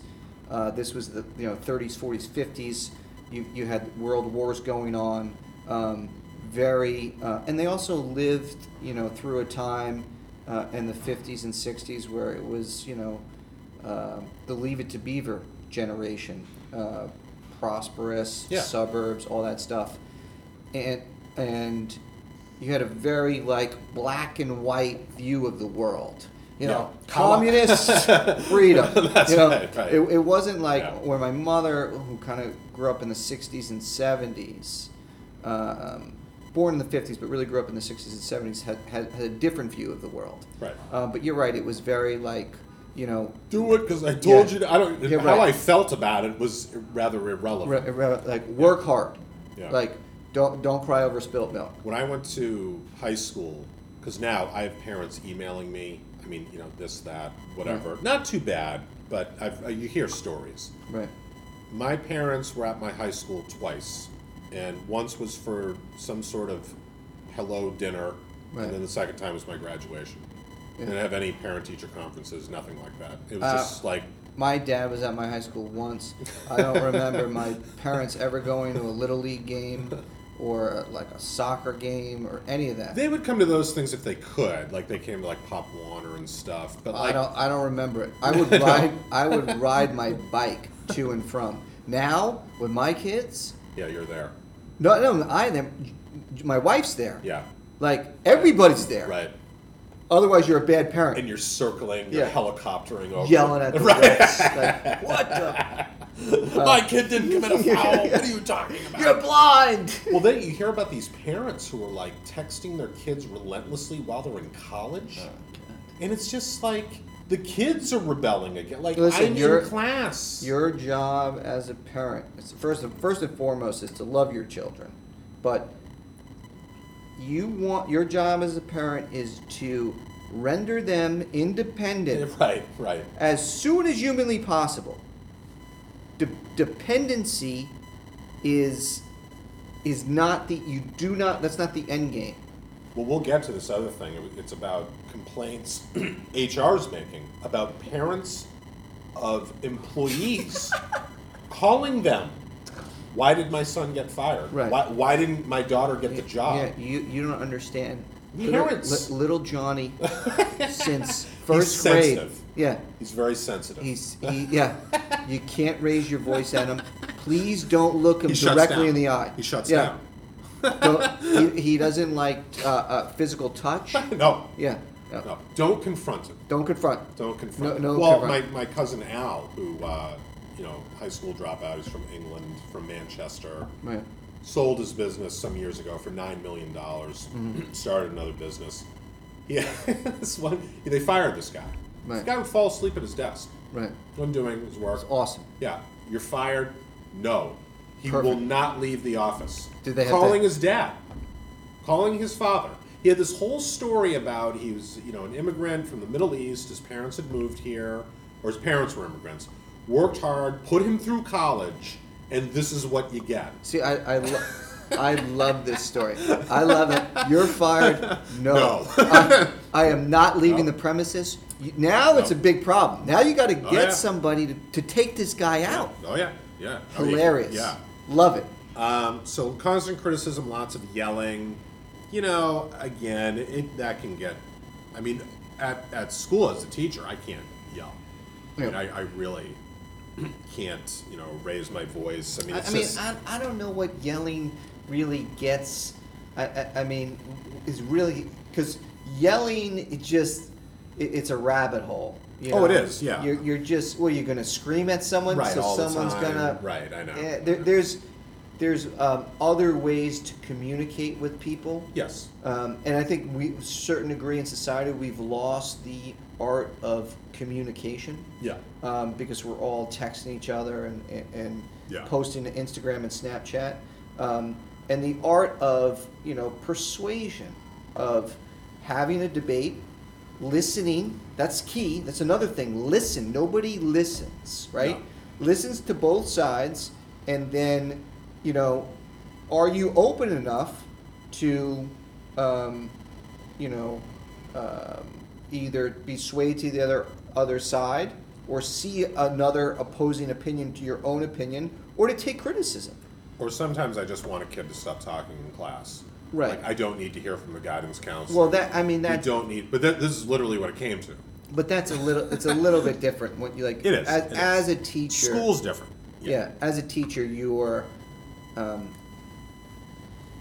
Speaker 1: uh, this was the you know 30s, 40s, 50s. You you had world wars going on. Um, very, uh, and they also lived you know through a time uh, in the 50s and 60s where it was you know uh, the Leave It to Beaver generation, uh, prosperous
Speaker 2: Yeah.
Speaker 1: suburbs, all that stuff, and and you had a very like black and white view of the world. You
Speaker 2: Yeah.
Speaker 1: know, communist freedom.
Speaker 2: That's
Speaker 1: you know,
Speaker 2: right, right.
Speaker 1: It, it wasn't like
Speaker 2: Yeah.
Speaker 1: where my mother, who kind of grew up in the '60s and '70s, um, born in the '50s but really grew up in the '60s and '70s, had, had, had a different view of the world.
Speaker 2: Right.
Speaker 1: Uh, but you're right; it was very like you know
Speaker 2: Do it because I told
Speaker 1: Yeah.
Speaker 2: you. To, I don't.
Speaker 1: Yeah,
Speaker 2: How
Speaker 1: right.
Speaker 2: I felt about it was rather irrelevant.
Speaker 1: re- re- like work hard
Speaker 2: Yeah.
Speaker 1: like don't don't cry over spilt milk
Speaker 2: When I went to high school, because now I have parents emailing me. I mean, you know, this, that, whatever.
Speaker 1: Mm.
Speaker 2: Not too bad, but I've, uh, you hear stories.
Speaker 1: right
Speaker 2: My parents were at my high school twice, and once was for some sort of hello dinner,
Speaker 1: Right.
Speaker 2: and then the second time was my graduation. Didn't have any parent-teacher conferences, nothing like that. It was
Speaker 1: Uh,
Speaker 2: just like
Speaker 1: my dad was at my high school once i don't remember my parents ever going to a little league game or like a soccer game or any of that
Speaker 2: They would come to those things if they could. Like they came to like Pop Warner and stuff. But
Speaker 1: i
Speaker 2: like
Speaker 1: don't i don't remember it i would ride i would ride my bike to and from now with my kids
Speaker 2: Yeah, you're there.
Speaker 1: no no i them my wife's there
Speaker 2: Yeah.
Speaker 1: like everybody's there
Speaker 2: Right.
Speaker 1: otherwise you're a bad parent
Speaker 2: And you're circling, you're
Speaker 1: Yeah.
Speaker 2: helicoptering over.
Speaker 1: yelling at the
Speaker 2: Right.
Speaker 1: refs, like what the
Speaker 2: My kid didn't commit a foul. What are you talking about?
Speaker 1: You're blind.
Speaker 2: Well, then you hear about these parents who are like texting their kids relentlessly while they're in college.
Speaker 1: Oh,
Speaker 2: and it's just like the kids are rebelling again. Like
Speaker 1: Listen,
Speaker 2: I'm
Speaker 1: you're-
Speaker 2: in class.
Speaker 1: Your job as a parent, is first and first and foremost, is to love your children, but you want your job as a parent is to render them independent
Speaker 2: right, right.
Speaker 1: as soon as humanly possible. De- dependency is is not the you do not that's not the end game.
Speaker 2: Well, we'll get to this other thing. It- It's about complaints HR's making about parents of employees calling them. Why did my son get fired?
Speaker 1: Right.
Speaker 2: Why, why didn't my daughter get the job?
Speaker 1: Yeah, you you don't understand.
Speaker 2: Parents.
Speaker 1: Little, li- little Johnny since first grade.
Speaker 2: sensitive.
Speaker 1: Yeah.
Speaker 2: He's very sensitive.
Speaker 1: He's he, yeah. You can't raise your voice at him. Please don't look him
Speaker 2: He shuts
Speaker 1: directly
Speaker 2: down.
Speaker 1: in the eye.
Speaker 2: He shuts
Speaker 1: yeah. Don't- he, he doesn't like uh, uh, physical touch.
Speaker 2: down. No,
Speaker 1: Yeah. No.
Speaker 2: no. Don't confront him.
Speaker 1: Don't confront.
Speaker 2: Don't confront.
Speaker 1: No, no
Speaker 2: well,
Speaker 1: confront.
Speaker 2: my my cousin Al, who uh, you know, high school dropout, he's from England, from Manchester,
Speaker 1: Right.
Speaker 2: sold his business some years ago for nine million dollars,
Speaker 1: Mm-hmm.
Speaker 2: started another business. Yeah, this one they fired this guy. This
Speaker 1: Right.
Speaker 2: guy would fall asleep at his desk.
Speaker 1: Right.
Speaker 2: Wasn't doing his work.
Speaker 1: Awesome.
Speaker 2: Yeah, you're fired. No, he
Speaker 1: Perfect.
Speaker 2: will not leave the office.
Speaker 1: Did they have
Speaker 2: calling
Speaker 1: to-
Speaker 2: his dad, calling his father? He had this whole story about he was you know an immigrant from the Middle East. His parents had moved here, or his parents were immigrants. Worked hard, put him through college, and this is what you get.
Speaker 1: See, I I, lo- I love this story. I love it. You're fired. No.
Speaker 2: No.
Speaker 1: I, I am not leaving the premises. You- Now it's a big problem. Now you got to get
Speaker 2: Oh, yeah.
Speaker 1: somebody to, to take this guy out.
Speaker 2: Oh yeah, yeah. I mean,
Speaker 1: Hilarious.
Speaker 2: yeah.
Speaker 1: Love it.
Speaker 2: Um, so constant criticism, lots of yelling. You know, again, it, that can get. I mean, at, at school as a teacher, I can't yell. I, mean,
Speaker 1: Yeah.
Speaker 2: I, I really can't. You know, raise my voice. I mean,
Speaker 1: I,
Speaker 2: it's
Speaker 1: I mean,
Speaker 2: just,
Speaker 1: I, I don't know what yelling really gets. I, I, I mean, is really because yelling it just it, it's a rabbit hole. you
Speaker 2: Oh, it
Speaker 1: know?
Speaker 2: is, yeah.
Speaker 1: You're, you're just well, you're gonna scream at someone,
Speaker 2: Right,
Speaker 1: so
Speaker 2: all the
Speaker 1: someone's
Speaker 2: time.
Speaker 1: gonna
Speaker 2: Right, I know,
Speaker 1: Yeah,
Speaker 2: I
Speaker 1: there,
Speaker 2: know.
Speaker 1: There's there's um, other ways to communicate with people.
Speaker 2: yes.
Speaker 1: Um, and I think we to a certain degree in society we've lost the art of communication.
Speaker 2: Yeah.
Speaker 1: Um, because we're all texting each other and and, and
Speaker 2: Yeah.
Speaker 1: posting to Instagram and Snapchat, um, and the art of you know persuasion, of having a debate, listening. That's key. That's another thing. Listen. Nobody listens, right? Listens to both sides, and then you know, are you open enough to, um, you know, um, either be swayed to the other other side or see another opposing opinion to your own opinion or to take criticism.
Speaker 2: Or sometimes I just want a kid to stop talking in class.
Speaker 1: Right.
Speaker 2: Like, I don't need to hear from the guidance counselor.
Speaker 1: Well, that I mean
Speaker 2: we
Speaker 1: that,
Speaker 2: don't need. But that, this is literally what it came to.
Speaker 1: but that's a little it's a little bit different. What you like
Speaker 2: It is,
Speaker 1: as,
Speaker 2: it is.
Speaker 1: as a teacher,
Speaker 2: School's different.
Speaker 1: yeah. as a teacher, you are, um,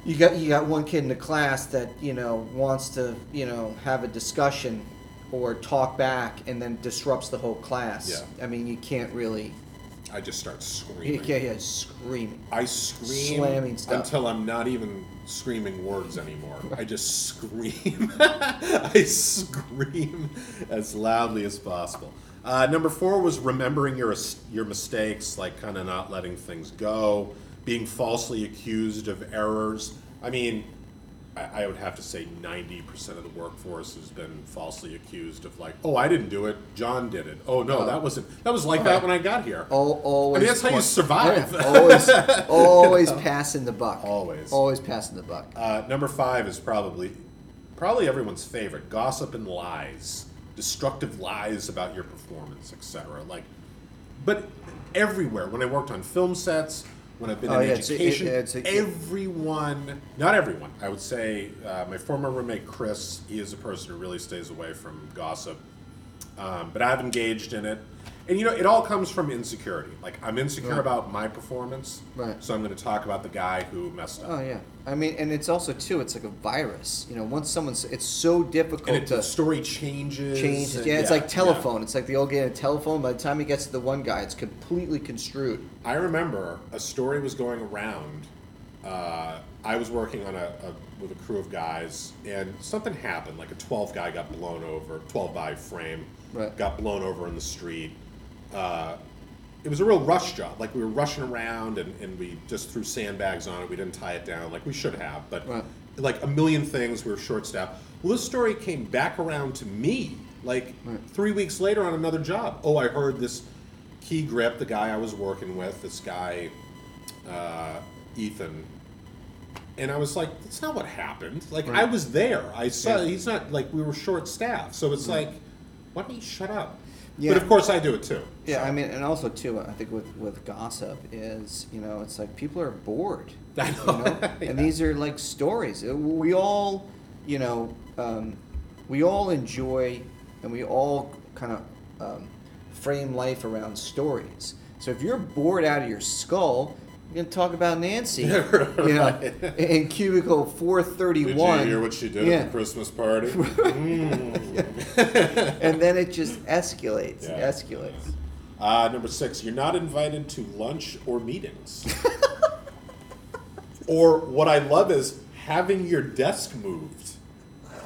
Speaker 1: you got you got one kid in the class that you know wants to you know have a discussion or talk back and then disrupts the whole class.
Speaker 2: Yeah.
Speaker 1: I mean, you can't really
Speaker 2: I just start screaming.
Speaker 1: you can't yeah, screaming.
Speaker 2: I scream
Speaker 1: Slamming stuff.
Speaker 2: until I'm not even screaming words anymore. I just scream. I scream as loudly as possible. Uh, number four was remembering your as- your mistakes, like kind of not letting things go, being falsely accused of errors. I mean, I, I would have to say 90% of the workforce has been falsely accused of like, oh, I didn't do it, John did it. Oh no, that wasn't. That was
Speaker 1: Oh.
Speaker 2: like that when I got here.
Speaker 1: Al- always.
Speaker 2: I mean, that's how you survive.
Speaker 1: Yeah, always, always passing the buck.
Speaker 2: Always.
Speaker 1: always passing the buck.
Speaker 2: Uh, number five is probably probably everyone's favorite: gossip and lies, destructive lies about your performance, etc. Like, but everywhere. When I worked on film sets, when I've been
Speaker 1: Oh,
Speaker 2: in
Speaker 1: yeah, it's- it-
Speaker 2: education,
Speaker 1: it's- it-
Speaker 2: everyone, not everyone, I would say, uh, my former roommate Chris, he is a person who really stays away from gossip. Um, but I've engaged in it. And you know, it all comes from insecurity. Like I'm insecure about my performance,
Speaker 1: Right.
Speaker 2: so I'm going to talk about the guy who messed up.
Speaker 1: Oh yeah, I mean, and it's also too. It's like a virus. You know, once someone's, it's so difficult
Speaker 2: and it, the
Speaker 1: to
Speaker 2: story changes.
Speaker 1: change.
Speaker 2: and-
Speaker 1: yeah, it's like
Speaker 2: yeah.
Speaker 1: telephone. It's like the old game of telephone. By the time it gets to the one guy, it's completely construed.
Speaker 2: I remember a story was going around. Uh, I was working on a, a with a crew of guys, and something happened. Like a twelve guy got blown over, twelve by frame,
Speaker 1: Right.
Speaker 2: got blown over in the street. Uh, it was a real rush job. Like we were rushing around, and, and we just threw sandbags on it. We didn't tie it down like we should have, but
Speaker 1: Right.
Speaker 2: like a million things. We were short staffed. Well, this story came back around to me like three weeks later on another job. Oh, I heard this key grip, the guy I was working with, this guy, uh, Ethan. And I was like, that's not what happened. Like, I was there. I saw, he's not, like, we were short staffed. So it's like, why don't you shut up?
Speaker 1: Yeah.
Speaker 2: But of course, I do it too.
Speaker 1: Yeah,
Speaker 2: So-
Speaker 1: I mean, and also too, I think with with gossip is you know it's like people are bored,
Speaker 2: I
Speaker 1: you
Speaker 2: know.
Speaker 1: know, and these are like stories. Uh, We all, you know, um, we all enjoy and we all kind of um, frame life around stories. So if you're bored out of your skull, you're gonna talk about Nancy, you know, in cubicle four thirty
Speaker 2: Did
Speaker 1: one.
Speaker 2: you hear what she did at the Christmas party?
Speaker 1: and then it just escalates, and
Speaker 2: Yeah.
Speaker 1: escalates.
Speaker 2: Uh, number six, you're not invited to lunch or meetings. or what I love is having your desk moved.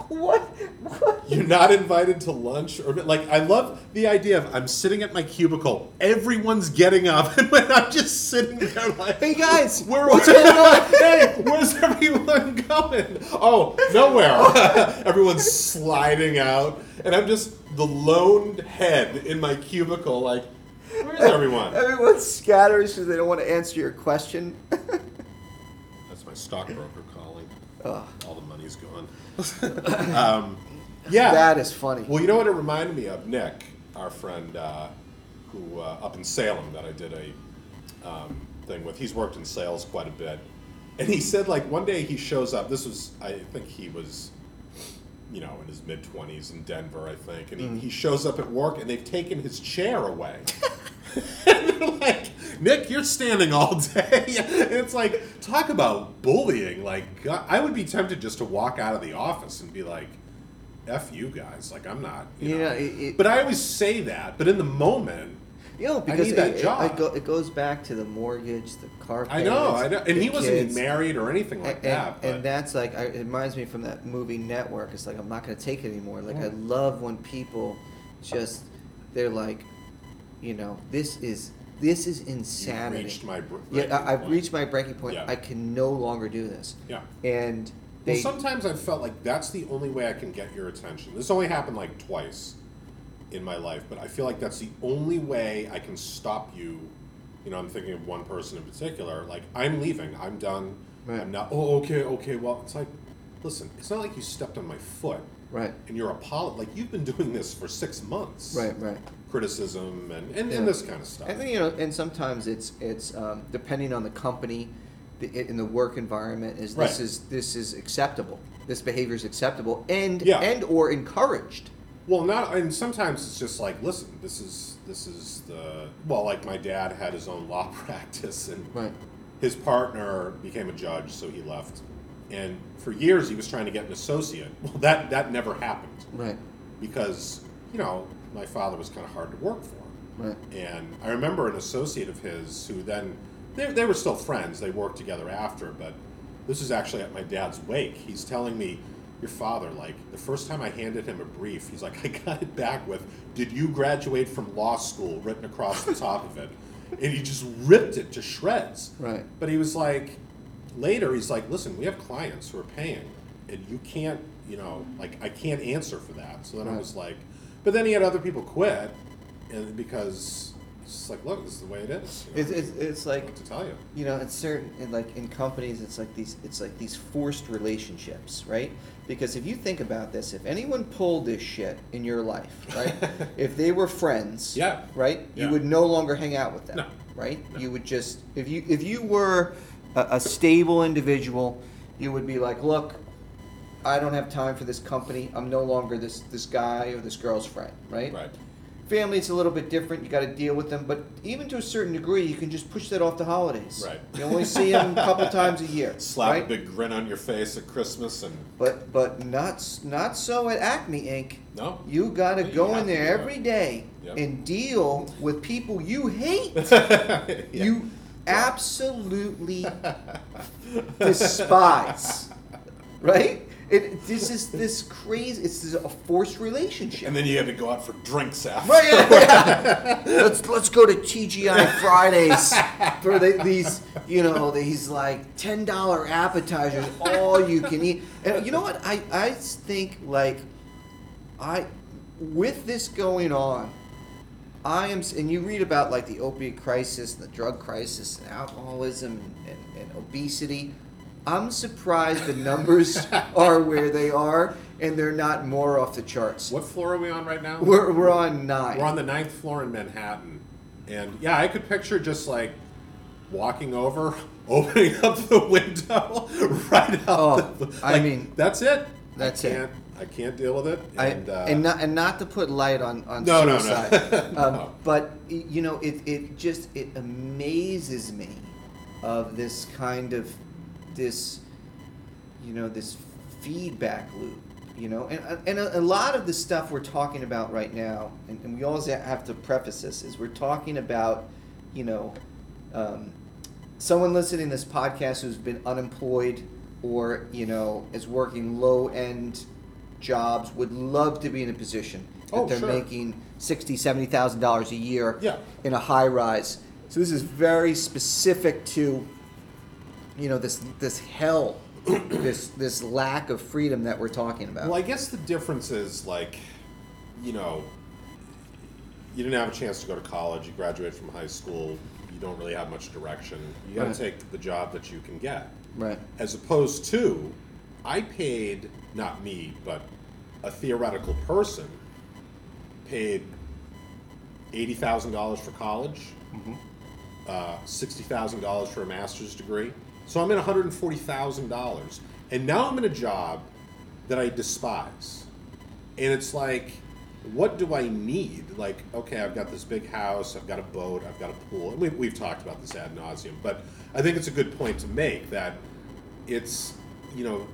Speaker 1: What? What?
Speaker 2: You're not invited to lunch or like I love the idea of I'm sitting at my cubicle, everyone's getting up, and when I'm just sitting there like
Speaker 1: Hey guys,
Speaker 2: Where was hey, where's everyone going? Oh, nowhere. Everyone's sliding out, and I'm just the lone head in my cubicle, like, where's everyone?
Speaker 1: Everyone scatters because they don't want to answer your question.
Speaker 2: That's my stockbroker calling. All the money's gone. um, yeah.
Speaker 1: That is funny.
Speaker 2: Well, you know what it reminded me of? Nick, our friend uh, who uh, up in Salem that I did a um, thing with, he's worked in sales quite a bit. And he said, like, one day he shows up. This was, I think he was, you know, in his mid 20s in Denver, I think. And he, he shows up at work and they've taken his chair away. And they're like, Nick, you're standing all day. and it's like, talk about bullying. Like, God, I would be tempted just to walk out of the office and be like, F you guys. Like, I'm not. You
Speaker 1: Yeah,
Speaker 2: know.
Speaker 1: it- it-
Speaker 2: but I always say that. But in the moment,
Speaker 1: You know, because
Speaker 2: need that
Speaker 1: it, it-
Speaker 2: job.
Speaker 1: It, go, it goes back to the mortgage, the car.
Speaker 2: I know. I know.
Speaker 1: payments,
Speaker 2: And he
Speaker 1: the
Speaker 2: wasn't
Speaker 1: kids.
Speaker 2: married or anything like
Speaker 1: and,
Speaker 2: that.
Speaker 1: and-
Speaker 2: But
Speaker 1: and that's like I, it reminds me from that movie Network. It's like I'm not gonna take it anymore. Like I
Speaker 2: Mm.
Speaker 1: love when people just they're like, you know, this is this is insanity.
Speaker 2: reached my br-
Speaker 1: yeah,
Speaker 2: breaking
Speaker 1: I, I've
Speaker 2: point.
Speaker 1: reached my breaking point.
Speaker 2: Yeah.
Speaker 1: I can no longer do this.
Speaker 2: Yeah.
Speaker 1: and
Speaker 2: well,
Speaker 1: they
Speaker 2: sometimes I felt like that's the only way I can get your attention. This only happened like twice in my life, but I feel like that's the only way I can stop you. You know, I'm thinking of one person in particular. Like, I'm leaving. I'm done.
Speaker 1: Right.
Speaker 2: I'm not. Oh, okay, okay. Well, it's like, listen, it's not like you stepped on my foot
Speaker 1: right,
Speaker 2: and you're a poly. Like, you've been doing this for six months.
Speaker 1: right, right.
Speaker 2: Criticism and and,
Speaker 1: Yeah.
Speaker 2: and this kind of stuff.
Speaker 1: I think you know, and sometimes it's it's um, depending on the company, the, in the work environment, is this
Speaker 2: Right.
Speaker 1: is this is acceptable. This behavior is acceptable and
Speaker 2: Yeah.
Speaker 1: and or encouraged.
Speaker 2: Well, not and sometimes it's just like, listen, this is this is the well, like my dad had his own law practice and
Speaker 1: Right.
Speaker 2: his partner became a judge, so he left. And for years he was trying to get an associate. Well, that that never happened
Speaker 1: Right.
Speaker 2: because, you know, my father was kind of hard to work for.
Speaker 1: Right.
Speaker 2: And I remember an associate of his who then, they, they were still friends. They worked together after, but this is actually at my dad's wake. He's telling me, Your father, like, the first time I handed him a brief, he's like, I got it back with, Did you graduate from law school written across the top of it? And he just ripped it to shreds.
Speaker 1: Right.
Speaker 2: But he was like, Later, he's like, Listen, we have clients who are paying, and you can't, you know, like, I can't answer for that. So then I
Speaker 1: Right.
Speaker 2: was like, But then he had other people quit and because it's just like, look, this is the way it is. you know,
Speaker 1: It's, it's, it's
Speaker 2: I don't
Speaker 1: like
Speaker 2: know what to tell you.
Speaker 1: you know, it's certain in like in companies, it's like these it's like these forced relationships, right? Because if you think about this, if anyone pulled this shit in your life, right? if they were friends,
Speaker 2: Yeah.
Speaker 1: right,
Speaker 2: Yeah.
Speaker 1: you would no longer hang out with them,
Speaker 2: No.
Speaker 1: right? You would just if you if you were a, a stable individual, you would be like, look, I don't have time for this company. I'm no longer this this guy or this girl's friend, right?
Speaker 2: Right.
Speaker 1: Family, it's a little bit different. You got to deal with them, but even to a certain degree, you can just push that off the holidays.
Speaker 2: Right.
Speaker 1: You only see them a couple times a year.
Speaker 2: Slap
Speaker 1: right?
Speaker 2: a big grin on your face at Christmas and
Speaker 1: But but not s- not so at Acme Inc.
Speaker 2: No.
Speaker 1: You got to
Speaker 2: You
Speaker 1: go
Speaker 2: have
Speaker 1: in
Speaker 2: to
Speaker 1: there
Speaker 2: do it.
Speaker 1: every day
Speaker 2: Yep.
Speaker 1: and deal with people you hate. You absolutely despise. Right? It, this is this crazy. It's this- a forced relationship.
Speaker 2: and then you had to go out for drinks after.
Speaker 1: Right, yeah, yeah. let's let's go to TGI Fridays for the, these you know these like ten dollar appetizers, all you can eat. And you know what? I I think like I with this going on, I am s- and you read about like the opiate crisis, the drug crisis, and alcoholism and, and obesity. I'm surprised the numbers are where they are, and they're not more off the charts.
Speaker 2: What floor are we on right now?
Speaker 1: We're, we're on 9
Speaker 2: We're on the ninth floor in Manhattan, and yeah, I could picture just like walking over, opening up the window, right out.
Speaker 1: Oh,
Speaker 2: the,
Speaker 1: I
Speaker 2: like,
Speaker 1: mean-
Speaker 2: that's it.
Speaker 1: That's
Speaker 2: I
Speaker 1: it.
Speaker 2: can't, I can't deal with it.
Speaker 1: I,
Speaker 2: And, uh,
Speaker 1: and not and not to put light on on
Speaker 2: No, no, no.
Speaker 1: suicide, um,
Speaker 2: No.
Speaker 1: but y- you know it it just it amazes me of this kind of this you know this feedback loop you know and uh, and a, a lot of the stuff we're talking about right now and, and we always have to preface this is we're talking about you know um, someone listening to this podcast who's been unemployed or you know is working low end jobs would love to be in a position that
Speaker 2: Oh,
Speaker 1: they're
Speaker 2: sure.
Speaker 1: making sixty seventy thousand dollars a year
Speaker 2: Yeah.
Speaker 1: in a high rise so this is very specific to you know this this hell this this lack of freedom that we're talking about
Speaker 2: Well, I guess the difference is like, you know, you didn't have a chance to go to college. You graduated from high school. You don't really have much direction. You got to
Speaker 1: Right.
Speaker 2: take the job that you can get.
Speaker 1: Right.
Speaker 2: As opposed to, I paid not me, but a theoretical person paid eighty thousand dollars for college, uh, sixty thousand dollars for a master's degree. So I'm in one hundred and forty thousand dollars, and now I'm in a job that I despise. And it's like, what do I need? Like, okay, I've got this big house, I've got a boat, I've got a pool. And we, we've talked about this ad nauseum, but I think it's a good point to make that it's, you know,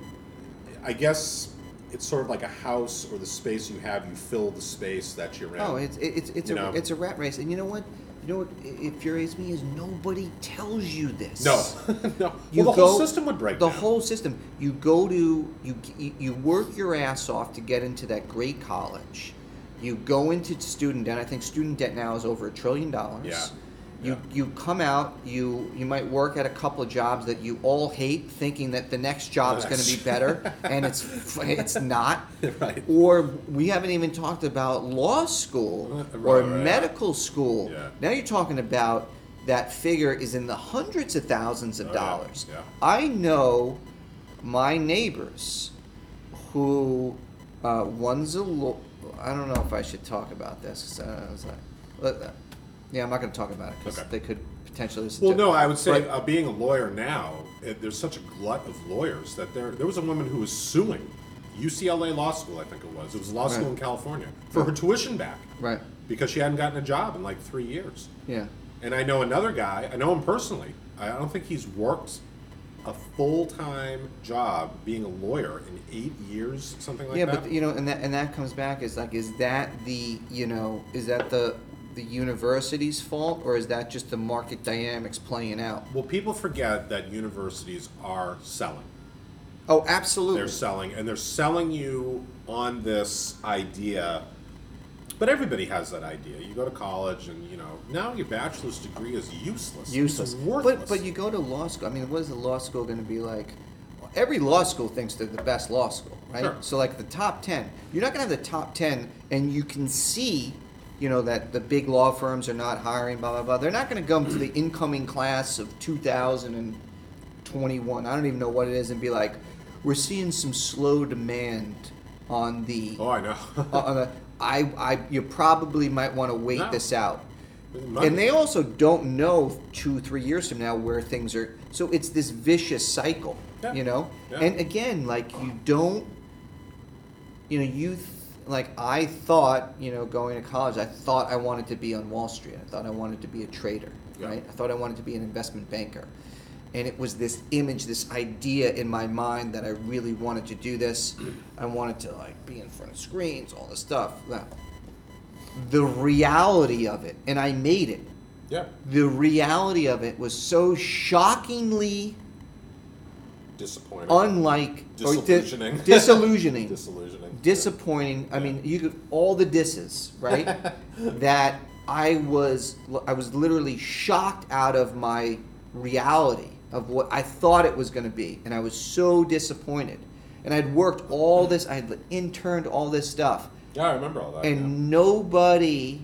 Speaker 2: I guess it's sort of like a house or the space you have, you fill the space that you're in.
Speaker 1: oh it's it's it's
Speaker 2: You
Speaker 1: a
Speaker 2: know.
Speaker 1: it's a rat race and you know what you know what i- it infuriates me E is nobody tells you this
Speaker 2: No, no.
Speaker 1: You
Speaker 2: well, the
Speaker 1: go,
Speaker 2: whole system would break
Speaker 1: The
Speaker 2: down.
Speaker 1: whole system. You go to you you- you work your ass off to get into that great college. You go into student debt. I think student debt now is over a trillion dollars.
Speaker 2: Yeah.
Speaker 1: You
Speaker 2: Yeah.
Speaker 1: you come out. You you might work at a couple of jobs that you all hate, thinking that the next job is going to be better, and it's it's not.
Speaker 2: Right.
Speaker 1: Or we haven't even talked about law school
Speaker 2: Right,
Speaker 1: or
Speaker 2: right.
Speaker 1: medical school.
Speaker 2: Yeah.
Speaker 1: Now you're talking about that figure is in the hundreds of thousands of
Speaker 2: Oh, yeah.
Speaker 1: dollars.
Speaker 2: Yeah.
Speaker 1: I know my neighbors who uh, one's a law. I don't know if I should talk about this. 'cause, uh, I was like, but, uh, yeah, I'm not going to talk about it because
Speaker 2: Okay.
Speaker 1: they could potentially. listen
Speaker 2: Well,
Speaker 1: to
Speaker 2: no,
Speaker 1: it.
Speaker 2: I would say
Speaker 1: But-
Speaker 2: uh, being a lawyer now, uh, there's such a glut of lawyers that there there was a woman who was suing UCLA Law School, I think it was. It was a law school
Speaker 1: Right.
Speaker 2: in California for her tuition back
Speaker 1: right.
Speaker 2: because she hadn't gotten a job in like three years.
Speaker 1: Yeah.
Speaker 2: And I know another guy. I know him personally. I don't think he's worked a full time job being a lawyer in eight years, something like
Speaker 1: yeah,
Speaker 2: that.
Speaker 1: but you know, and that and that comes back is like, is that the you know, is that the the university's fault or is that just the market dynamics playing out?
Speaker 2: well, people forget that universities are selling.
Speaker 1: Oh, absolutely.
Speaker 2: they're selling and they're selling you on this idea but everybody has that idea you go to college and you know now your bachelor's degree is useless
Speaker 1: useless.
Speaker 2: it's worthless
Speaker 1: But but you go to law school. I mean, what is the law school going to be like? Every law school thinks they're the best law school, right?
Speaker 2: Sure.
Speaker 1: So like the top ten, you're not going to have the top ten, and you can see, you know, that the big law firms are not hiring, blah blah blah. They're not going to come to the incoming class of 2021. I don't even know what it is, and be like, we're seeing some slow demand on the.
Speaker 2: oh i know
Speaker 1: on the I, I, you probably might want to wait
Speaker 2: No.
Speaker 1: this out.
Speaker 2: Money.
Speaker 1: And they also don't know two, three years from now where things are. So it's this vicious cycle,
Speaker 2: Yeah.
Speaker 1: you know.
Speaker 2: Yeah.
Speaker 1: And again, like you don't, you know, you th- like I thought, you know, going to college, I thought I wanted to be on Wall Street. I thought I wanted to be a trader,
Speaker 2: Yeah.
Speaker 1: right? I thought I wanted to be an investment banker, and it was this image, this idea in my mind that I really wanted to do this. I wanted to like be in front of screens, all this stuff. Now, the reality of it, and I made it
Speaker 2: yeah
Speaker 1: the reality of it was so shockingly
Speaker 2: disappointing
Speaker 1: unlike or di-
Speaker 2: Disillusioning.
Speaker 1: disillusioning,
Speaker 2: disillusioning
Speaker 1: disappointing. I mean, you could all the disses, right? that I was, I was literally shocked out of my reality of what I thought it was going to be, and I was so disappointed. And I'd worked all this, I had interned all this stuff,
Speaker 2: yeah i remember all that
Speaker 1: and
Speaker 2: yeah.
Speaker 1: nobody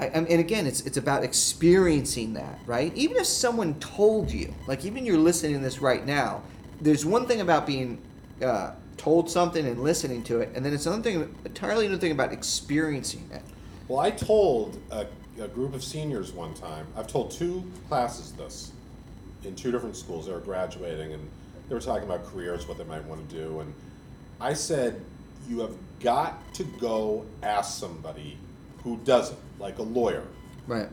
Speaker 1: I, I and again it's it's about experiencing that right even if someone told you like even you're listening to this right now there's one thing about being uh, told something and listening to it and then it's another thing entirely another thing about experiencing it
Speaker 2: Well, I told a, a group of seniors one time, I've told two classes this in two different schools. They were graduating and they were talking about careers, what they might want to do. And I said, you have got to go ask somebody who doesn't, like a lawyer.
Speaker 1: Right.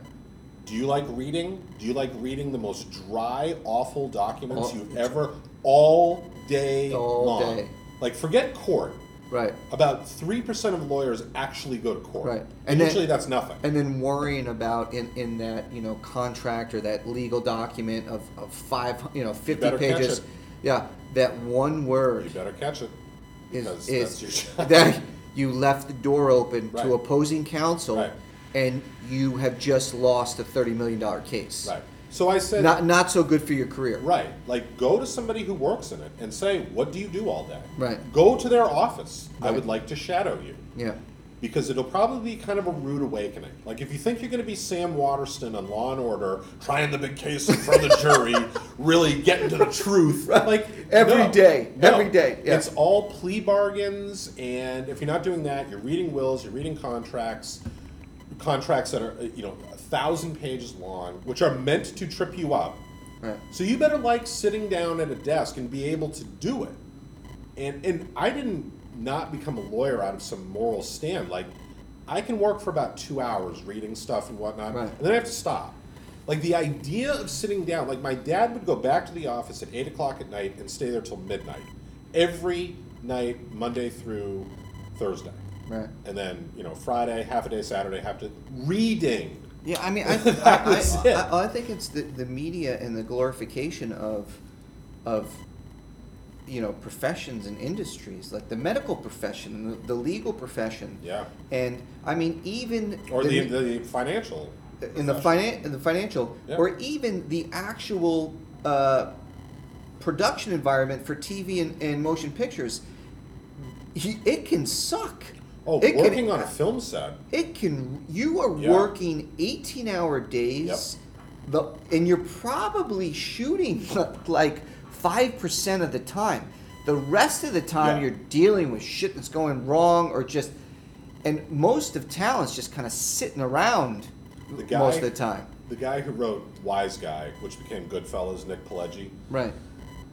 Speaker 2: Do you like reading? Do you like reading the most dry, awful documents
Speaker 1: All-
Speaker 2: you've ever all day
Speaker 1: All
Speaker 2: long?
Speaker 1: day.
Speaker 2: Like forget court.
Speaker 1: Right.
Speaker 2: About three percent of lawyers actually go to court.
Speaker 1: Right.
Speaker 2: And
Speaker 1: And then-
Speaker 2: usually that's nothing.
Speaker 1: And then worrying about in, in that you know contract or that legal document of, of five you know fifty
Speaker 2: better catch
Speaker 1: pages.
Speaker 2: it.
Speaker 1: Yeah, that one
Speaker 2: you
Speaker 1: word
Speaker 2: better catch it.
Speaker 1: is
Speaker 2: because
Speaker 1: is
Speaker 2: that's your job.
Speaker 1: that you left the door open
Speaker 2: Right.
Speaker 1: to opposing counsel,
Speaker 2: Right.
Speaker 1: and you have just lost a thirty million dollar case.
Speaker 2: Right. So I said
Speaker 1: Not not so good for your career.
Speaker 2: Right. Like, go to somebody who works in it and say, what do you do all day?
Speaker 1: Right.
Speaker 2: Go to their office. I
Speaker 1: Right.
Speaker 2: would like to shadow you.
Speaker 1: Yeah.
Speaker 2: Because it'll probably be kind of a rude awakening. Like, if you think you're going to be Sam Waterston on Law and Order, trying the big case in front of the jury, really getting to the truth, like
Speaker 1: Every
Speaker 2: every day,
Speaker 1: day. Every day. Yeah.
Speaker 2: It's all plea bargains, and if you're not doing that, you're reading wills, you're reading contracts, contracts that are uh, you know a thousand pages long, which are meant to trip you up.
Speaker 1: Right.
Speaker 2: So you better like sitting down at a desk and be able to do it. And and I didn't not become a lawyer out of some moral stand. Like I can work for about two hours reading stuff and whatnot,
Speaker 1: Right.
Speaker 2: and then I have to stop. Like the idea of sitting down, like my dad would go back to the office at eight o'clock at night and stay there till midnight, every night, Monday through Thursday,
Speaker 1: Right.
Speaker 2: and then you know Friday, half a day Saturday, half a day reading.
Speaker 1: Yeah, I mean, I,
Speaker 2: That
Speaker 1: I,
Speaker 2: was
Speaker 1: I,
Speaker 2: it.
Speaker 1: I, I think it's the, the media and the glorification of, of, you know, professions and industries like the medical profession and the, the legal profession.
Speaker 2: Yeah.
Speaker 1: And I mean, even
Speaker 2: Or the,
Speaker 1: the-
Speaker 2: the financial.
Speaker 1: in the
Speaker 2: profession.
Speaker 1: finan- in the financial
Speaker 2: Yeah.
Speaker 1: or even the actual uh, production environment for TV and, and motion pictures, y- it can suck.
Speaker 2: Oh,
Speaker 1: it
Speaker 2: working
Speaker 1: can,
Speaker 2: on a film set.
Speaker 1: it can you are
Speaker 2: Yeah.
Speaker 1: working 18 hour days the, and you're probably shooting like 5% of the time the rest of the time
Speaker 2: Yeah.
Speaker 1: you're dealing with shit that's going wrong or just and most of talent's just kind of sitting around
Speaker 2: The guy-
Speaker 1: most of the time
Speaker 2: The guy who wrote Wise Guy, which became Goodfellas, Nick Pileggi.
Speaker 1: right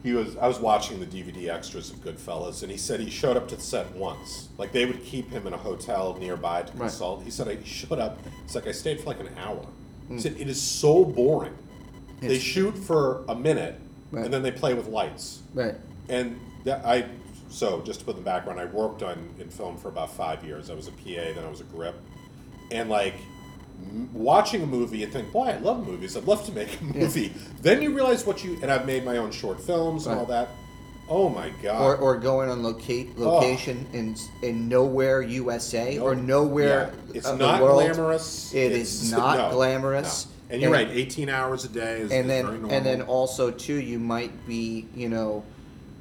Speaker 2: He was. I was watching the DVD extras of Goodfellas, and he said he showed up to the set once. Like they would keep him in a hotel nearby to
Speaker 1: Right.
Speaker 2: consult. He said he showed up. It's like I stayed for like an hour. He said it is so boring.
Speaker 1: Hmm.
Speaker 2: They
Speaker 1: It's-
Speaker 2: shoot for a minute,
Speaker 1: Right.
Speaker 2: and then they play with lights.
Speaker 1: right
Speaker 2: And that I, so just to put the background, I worked on in film for about five years. I was a PA, then I was a grip, and like m- watching a movie and think, boy, I love movies. I'd love to make a movie. Then you realize what you and I've made my own short films and all that. Oh my god!
Speaker 1: or, or going on locate
Speaker 2: oh.
Speaker 1: location in in nowhere USA or nowhere
Speaker 2: Yeah. It's
Speaker 1: of the
Speaker 2: not
Speaker 1: world.
Speaker 2: glamorous.
Speaker 1: It
Speaker 2: it's,
Speaker 1: is not
Speaker 2: no,
Speaker 1: glamorous.
Speaker 2: no. And you're
Speaker 1: And-
Speaker 2: right. 18 hours a day is,
Speaker 1: and
Speaker 2: is
Speaker 1: then
Speaker 2: very normal.
Speaker 1: and then also too you might be you know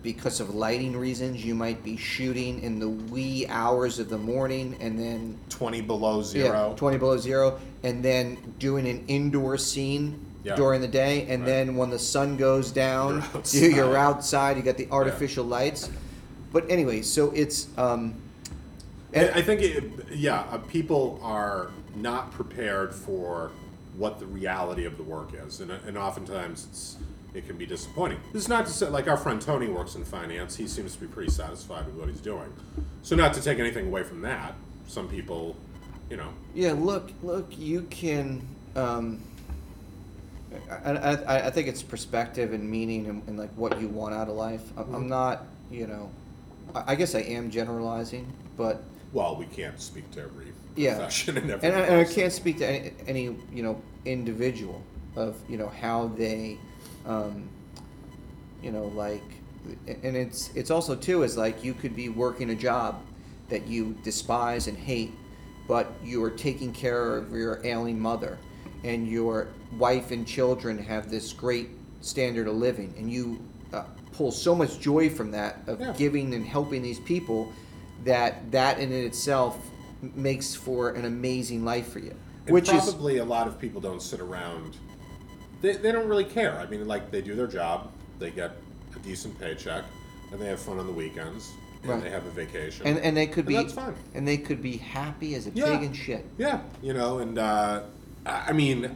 Speaker 1: because of lighting reasons you might be shooting in the wee hours of the morning and then
Speaker 2: 20 below zero.
Speaker 1: yeah 20 below zero and then doing an indoor scene
Speaker 2: Yeah.
Speaker 1: during the day and
Speaker 2: Right.
Speaker 1: then when the sun goes down
Speaker 2: You're
Speaker 1: you-
Speaker 2: outside.
Speaker 1: you're, outside you got the artificial lights but anyway so it's um
Speaker 2: And I think, it, yeah, uh, people are not prepared for what the reality of the work is, and, uh, and oftentimes it's it can be disappointing. This is not to say, like our friend Tony works in finance; he seems to be pretty satisfied with what he's doing. So, not to take anything away from that, some people, you know,
Speaker 1: Yeah, look, look, you can. Um, I, I- I, I think it's perspective and meaning and, and like what you want out of life. I'm, I'm not, you know, I, I guess I am generalizing, but
Speaker 2: well, we can't speak to every
Speaker 1: yeah,
Speaker 2: profession and every
Speaker 1: and I, and I
Speaker 2: person.
Speaker 1: can't speak to any, any, you know, individual of you know how they, um, you know, like, and it's it's also too is like you could be working a job that you despise and hate, but you are taking care of your ailing mother, and your wife and children have this great standard of living, and you uh, pull so much joy from that of
Speaker 2: Yeah.
Speaker 1: giving and helping these people that that in itself m- makes for an amazing life for you,
Speaker 2: And
Speaker 1: which is
Speaker 2: probably a lot of people don't sit around. They, they don't really care. I mean, like they do their job, they get a decent paycheck, and they have fun on the weekends, and
Speaker 1: Right.
Speaker 2: they have a vacation,
Speaker 1: and and they could be
Speaker 2: that's fine.
Speaker 1: and they could be happy as a
Speaker 2: Yeah.
Speaker 1: pig and shit.
Speaker 2: Yeah, you know, and uh, I I mean,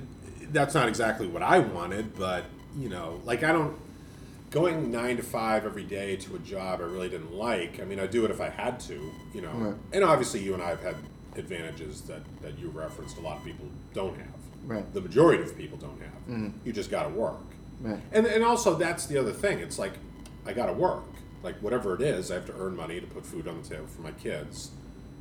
Speaker 2: that's not exactly what I wanted, but you know, like I don't. going nine to five every day to a job I really didn't like. I mean, I do it if I had to, you know.
Speaker 1: Right.
Speaker 2: And obviously, you and I have had advantages that that you referenced. A lot of people don't have.
Speaker 1: Right. Mm-hmm.
Speaker 2: The majority of people don't have. You just got to work.
Speaker 1: Right.
Speaker 2: And and also that's the other thing. It's like I got to work. Like whatever it is, I have to earn money to put food on the table for my kids.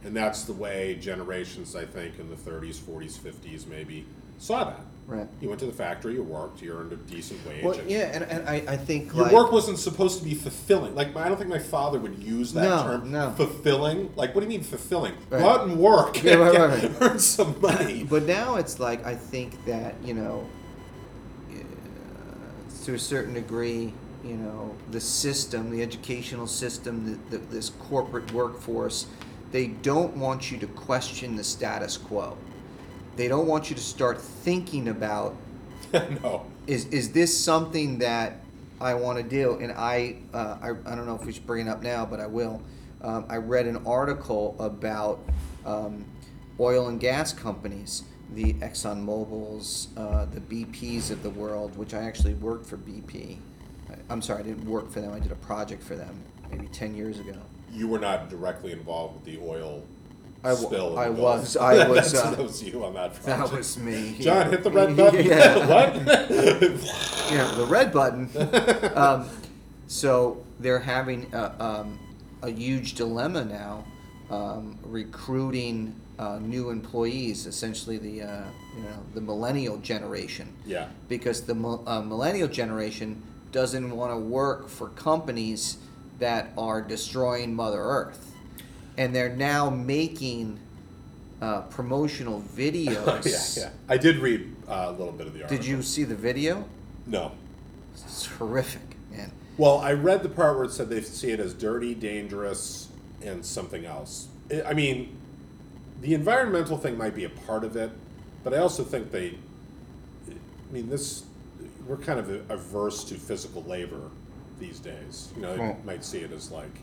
Speaker 2: And that's the way generations, I think, in the 30s, 40s, 50s, maybe saw that.
Speaker 1: Right.
Speaker 2: You went to the factory, you worked, you earned a decent wage.
Speaker 1: Well,
Speaker 2: and-
Speaker 1: yeah, and, and I, I think
Speaker 2: your
Speaker 1: like,
Speaker 2: work wasn't supposed to be fulfilling. Like my- I don't think my father would use that
Speaker 1: No,
Speaker 2: term.
Speaker 1: no.
Speaker 2: Fulfilling. Like what do you mean fulfilling?
Speaker 1: Right.
Speaker 2: Go out and work.
Speaker 1: Yeah, right,
Speaker 2: and
Speaker 1: right,
Speaker 2: get- Earn some money.
Speaker 1: But now it's like I think that you know, uh, to a certain degree, you know, the system, the educational system, the, the, this corporate workforce, they don't want you to question the status quo. They don't want you to start thinking about
Speaker 2: no.
Speaker 1: is is this something that I want to do? And I, uh, I I don't know if we should bring it up now, but I will. Um, I read an article about um, oil and gas companies, the Exxon Mobil's, uh, the BP's of the world, which I actually worked for BP. I, I'm sorry, I didn't work for them. I did a project for them maybe ten years ago.
Speaker 2: You were not directly involved with the oil
Speaker 1: I wa-
Speaker 2: spill. in
Speaker 1: I
Speaker 2: Gulf.
Speaker 1: was- I was,
Speaker 2: That's-
Speaker 1: uh,
Speaker 2: that was you on that.
Speaker 1: That
Speaker 2: project.
Speaker 1: was me.
Speaker 2: John hit the red button.
Speaker 1: Yeah.
Speaker 2: what?
Speaker 1: yeah, the red button. Um, so they're having a, um, a huge dilemma now, um, recruiting uh, new employees, essentially the uh, you know the millennial generation.
Speaker 2: Yeah.
Speaker 1: Because the mil- uh, millennial generation doesn't want to work for companies that are destroying Mother Earth, and they're now making uh, promotional
Speaker 2: Oh, yeah,
Speaker 1: videos.
Speaker 2: yeah. I did read uh, a little bit of the article.
Speaker 1: Did you see the video?
Speaker 2: No.
Speaker 1: It's horrific, man.
Speaker 2: Well, I read the part where it said they see it as dirty, dangerous, and something else. I- I mean, the environmental thing might be a part of it, but I also think they. I mean, this we're kind of averse to physical labor these days. You know, they
Speaker 1: Right.
Speaker 2: might see it as like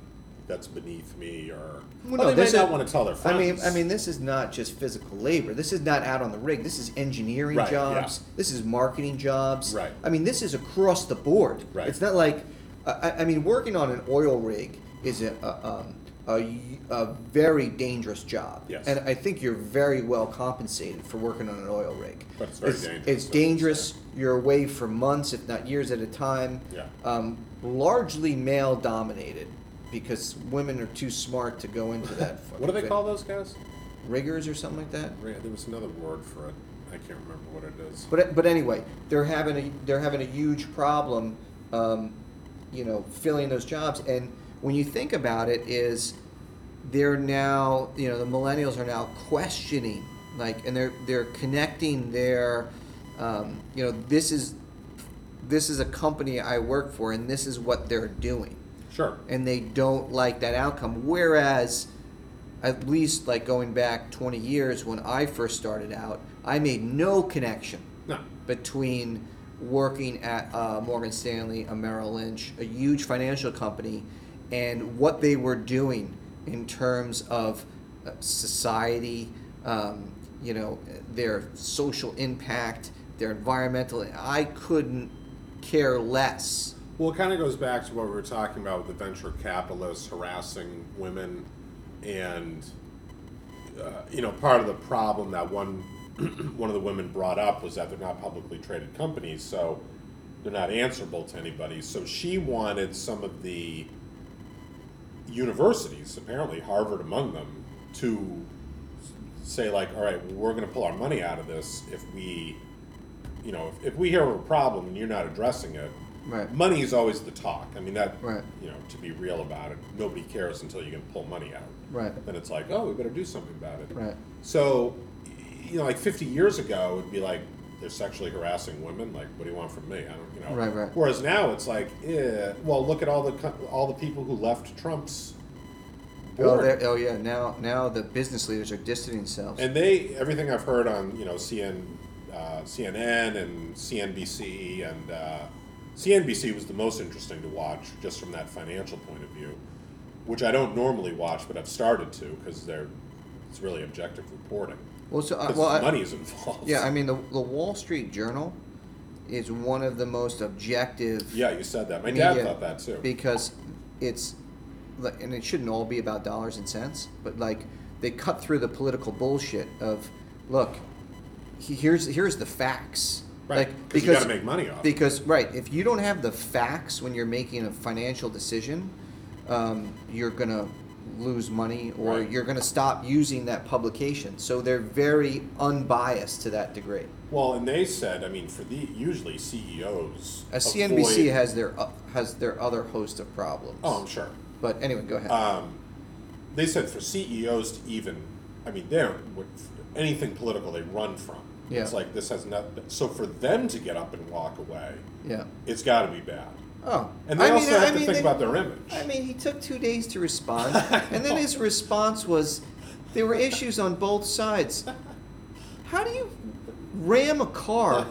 Speaker 2: that's beneath me, or
Speaker 1: Well,
Speaker 2: well,
Speaker 1: no,
Speaker 2: they might
Speaker 1: this
Speaker 2: not
Speaker 1: is-
Speaker 2: want to tell their
Speaker 1: I
Speaker 2: friends.
Speaker 1: mean, I mean, this is not just physical labor. This is not out on the rig. This is engineering
Speaker 2: Right, yeah.
Speaker 1: jobs. This is marketing jobs.
Speaker 2: Right.
Speaker 1: I mean, this is across the board.
Speaker 2: Right.
Speaker 1: It's not like, I, I- I mean, working on an oil rig is a, a, um, a y- a very dangerous job.
Speaker 2: Yes.
Speaker 1: And I think you're very well compensated for working on an oil rig.
Speaker 2: But it's very dangerous,
Speaker 1: It's
Speaker 2: that's what I'm
Speaker 1: dangerous.
Speaker 2: saying.
Speaker 1: You're away for months, if not years at a time.
Speaker 2: Yeah.
Speaker 1: Um, largely male dominated. Because women are too smart to go into that.
Speaker 2: what do they
Speaker 1: fucking
Speaker 2: call those guys?
Speaker 1: riggers or something like that.
Speaker 2: Ra- There was another word for it. I can't remember what it is.
Speaker 1: But but anyway, they're having a they're having a huge problem, um, you know, filling those jobs. And when you think about it, is they're now you know the millennials are now questioning like, and they're they're connecting their, um, you know, this is this is a company I work for, and this is what they're doing
Speaker 2: Sure.
Speaker 1: and they don't like that outcome. Whereas, at least like going back 20 years when I first started out, I made no connection
Speaker 2: No.
Speaker 1: between working at uh, Morgan Stanley, a Merrill Lynch, a huge financial company, and what they were doing in terms of uh, society, um, you know, their social impact, their environmental. I couldn't care less.
Speaker 2: Well, it kind of goes back to what we were talking about with the venture capitalists harassing women, and uh, you know, part of the problem that one one of the women brought up was that they're not publicly traded companies, so they're not answerable to anybody. So she wanted some of the universities, apparently Harvard among them, to say like, all right, well, we're going to pull our money out of this if we, you know, if, if we hear a problem and you're not addressing it,
Speaker 1: Right.
Speaker 2: money is always the talk. I mean that,
Speaker 1: Right.
Speaker 2: you know, to be real about it, nobody cares until you can pull money out.
Speaker 1: Right.
Speaker 2: Then it's like, oh, we better do something about it.
Speaker 1: Right.
Speaker 2: So, you know, like 50 years ago, it'd be like they're sexually harassing women. Like, what do you want from me? I don't, you know.
Speaker 1: Right, right.
Speaker 2: Whereas now it's like, eh, well, look at all the co- all the people who left Trump's
Speaker 1: Oh,
Speaker 2: board.
Speaker 1: they're- oh yeah, now now the business leaders are distancing themselves.
Speaker 2: And they, everything I've heard on you know CN, uh, CNN and CNBC and uh, CNBC was the most interesting to watch just from that financial point of view, which I don't normally watch, but I've started to because they're it's really objective reporting.
Speaker 1: well, so, uh,
Speaker 2: 'Cause
Speaker 1: well, I-
Speaker 2: money is involved.
Speaker 1: yeah, I mean the the Wall Street Journal is one of the most objective.
Speaker 2: Yeah, you said that. My dad
Speaker 1: media
Speaker 2: thought that too.
Speaker 1: Because it's, like, and it shouldn't all be about dollars and cents, but like they cut through the political bullshit of, look, he- here's here's the facts.
Speaker 2: Right,
Speaker 1: Like,
Speaker 2: 'cause you
Speaker 1: because
Speaker 2: gotta make money off it.
Speaker 1: Because right, if you don't have the facts when you're making a financial decision, um, you're gonna lose money or
Speaker 2: Right.
Speaker 1: you're gonna stop using that publication. So they're very unbiased to that degree.
Speaker 2: well, and they said, I mean, for the usually CEOs,
Speaker 1: A CNBC
Speaker 2: avoid-
Speaker 1: has their uh, has their other host of problems.
Speaker 2: Oh, I'm Uh, sure.
Speaker 1: But anyway, go ahead.
Speaker 2: They said for CEOs to even, I mean, they don't what- anything political they run from.
Speaker 1: Yeah.
Speaker 2: It's like this has nothing. So for them to get up and walk away,
Speaker 1: yeah.
Speaker 2: it's got to be bad.
Speaker 1: Oh.
Speaker 2: And they
Speaker 1: I
Speaker 2: also
Speaker 1: mean,
Speaker 2: have
Speaker 1: I
Speaker 2: to
Speaker 1: mean,
Speaker 2: think
Speaker 1: they-
Speaker 2: about their image. Eh,
Speaker 1: I mean, he took two days to respond, and then his response was, "There were issues on both sides. How do you ram a car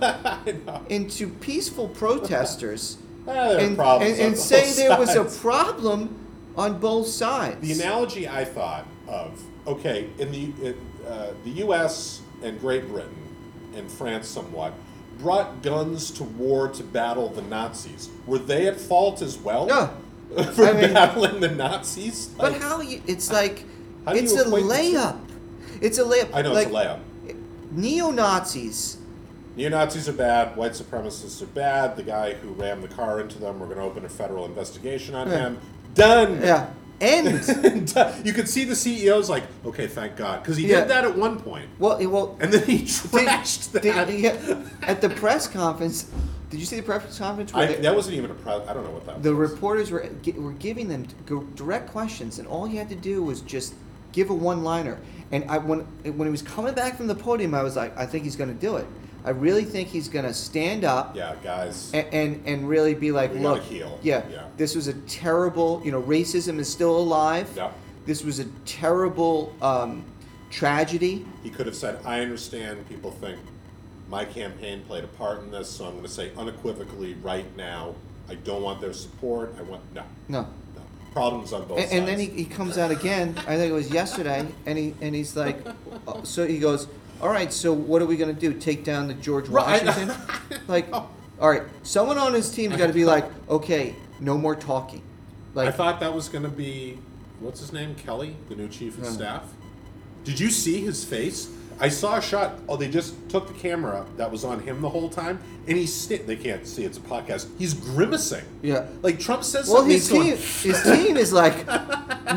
Speaker 1: into peaceful protesters
Speaker 2: Ah, there are
Speaker 1: and,
Speaker 2: problems
Speaker 1: and,
Speaker 2: on
Speaker 1: and
Speaker 2: both
Speaker 1: say there was a
Speaker 2: sides.
Speaker 1: problem on both sides?"
Speaker 2: The analogy I thought of, okay, in the in, uh, the U.S. and Great Britain and France somewhat brought guns to war to battle the Nazis. Were they at fault as well?
Speaker 1: Yeah.
Speaker 2: for
Speaker 1: I mean-
Speaker 2: battling the Nazis.
Speaker 1: But
Speaker 2: Like,
Speaker 1: how you? It's like
Speaker 2: How do
Speaker 1: it's
Speaker 2: you
Speaker 1: a
Speaker 2: equate the two?
Speaker 1: layup. It's a layup.
Speaker 2: I know
Speaker 1: like,
Speaker 2: it's a layup.
Speaker 1: Neo Nazis.
Speaker 2: Neo Nazis are bad. White supremacists are bad. The guy who rammed the car into them, we're going to open a federal investigation on him. Done.
Speaker 1: Yeah. End.
Speaker 2: Done. you could see the CEO's like, okay, thank God, because he
Speaker 1: Yeah.
Speaker 2: did that at one point.
Speaker 1: well, it- well.
Speaker 2: And then he
Speaker 1: Did-
Speaker 2: trashed
Speaker 1: did-
Speaker 2: that.
Speaker 1: yeah, at the press conference, did you see the press conference where
Speaker 2: I,
Speaker 1: they-
Speaker 2: that wasn't even a pro. I don't know what that
Speaker 1: the
Speaker 2: was.
Speaker 1: reporters were gi- were giving them g- direct questions, and all he had to do was just give a one liner. And I when when he was coming back from the podium, I was like, I think he's going to do it. I really think he's going to stand up.
Speaker 2: yeah, guys.
Speaker 1: And, and, and really be like,
Speaker 2: We gotta
Speaker 1: look,
Speaker 2: heal."
Speaker 1: Yeah,
Speaker 2: Yeah.
Speaker 1: this was a terrible, you know, racism is still alive.
Speaker 2: Yeah.
Speaker 1: This was a terrible um, tragedy.
Speaker 2: he could have said, "I understand people think my campaign played a part in this, so I'm going to say unequivocally right now, I don't want their support. I want no,
Speaker 1: No,
Speaker 2: no problems on both
Speaker 1: and,
Speaker 2: sides."
Speaker 1: and then he, he comes out again. I think it was yesterday, and he and he's like, uh, so he goes, all right. So what are we gonna do? Take down the George
Speaker 2: Right. Oh.
Speaker 1: Washington? like, all right. Someone on his team's got to be like, okay, no more talking. Like,
Speaker 2: I thought that was going to be what's his name, Kelly, the new chief
Speaker 1: Hmm.
Speaker 2: of staff. Did you see his face? I saw a shot. Oh, they just took the camera that was on him the whole time, and he's sti- they can't see it's a podcast. He's grimacing.
Speaker 1: Yeah.
Speaker 2: like Trump says.
Speaker 1: well,
Speaker 2: something,
Speaker 1: his
Speaker 2: he's going,
Speaker 1: team, his team is like,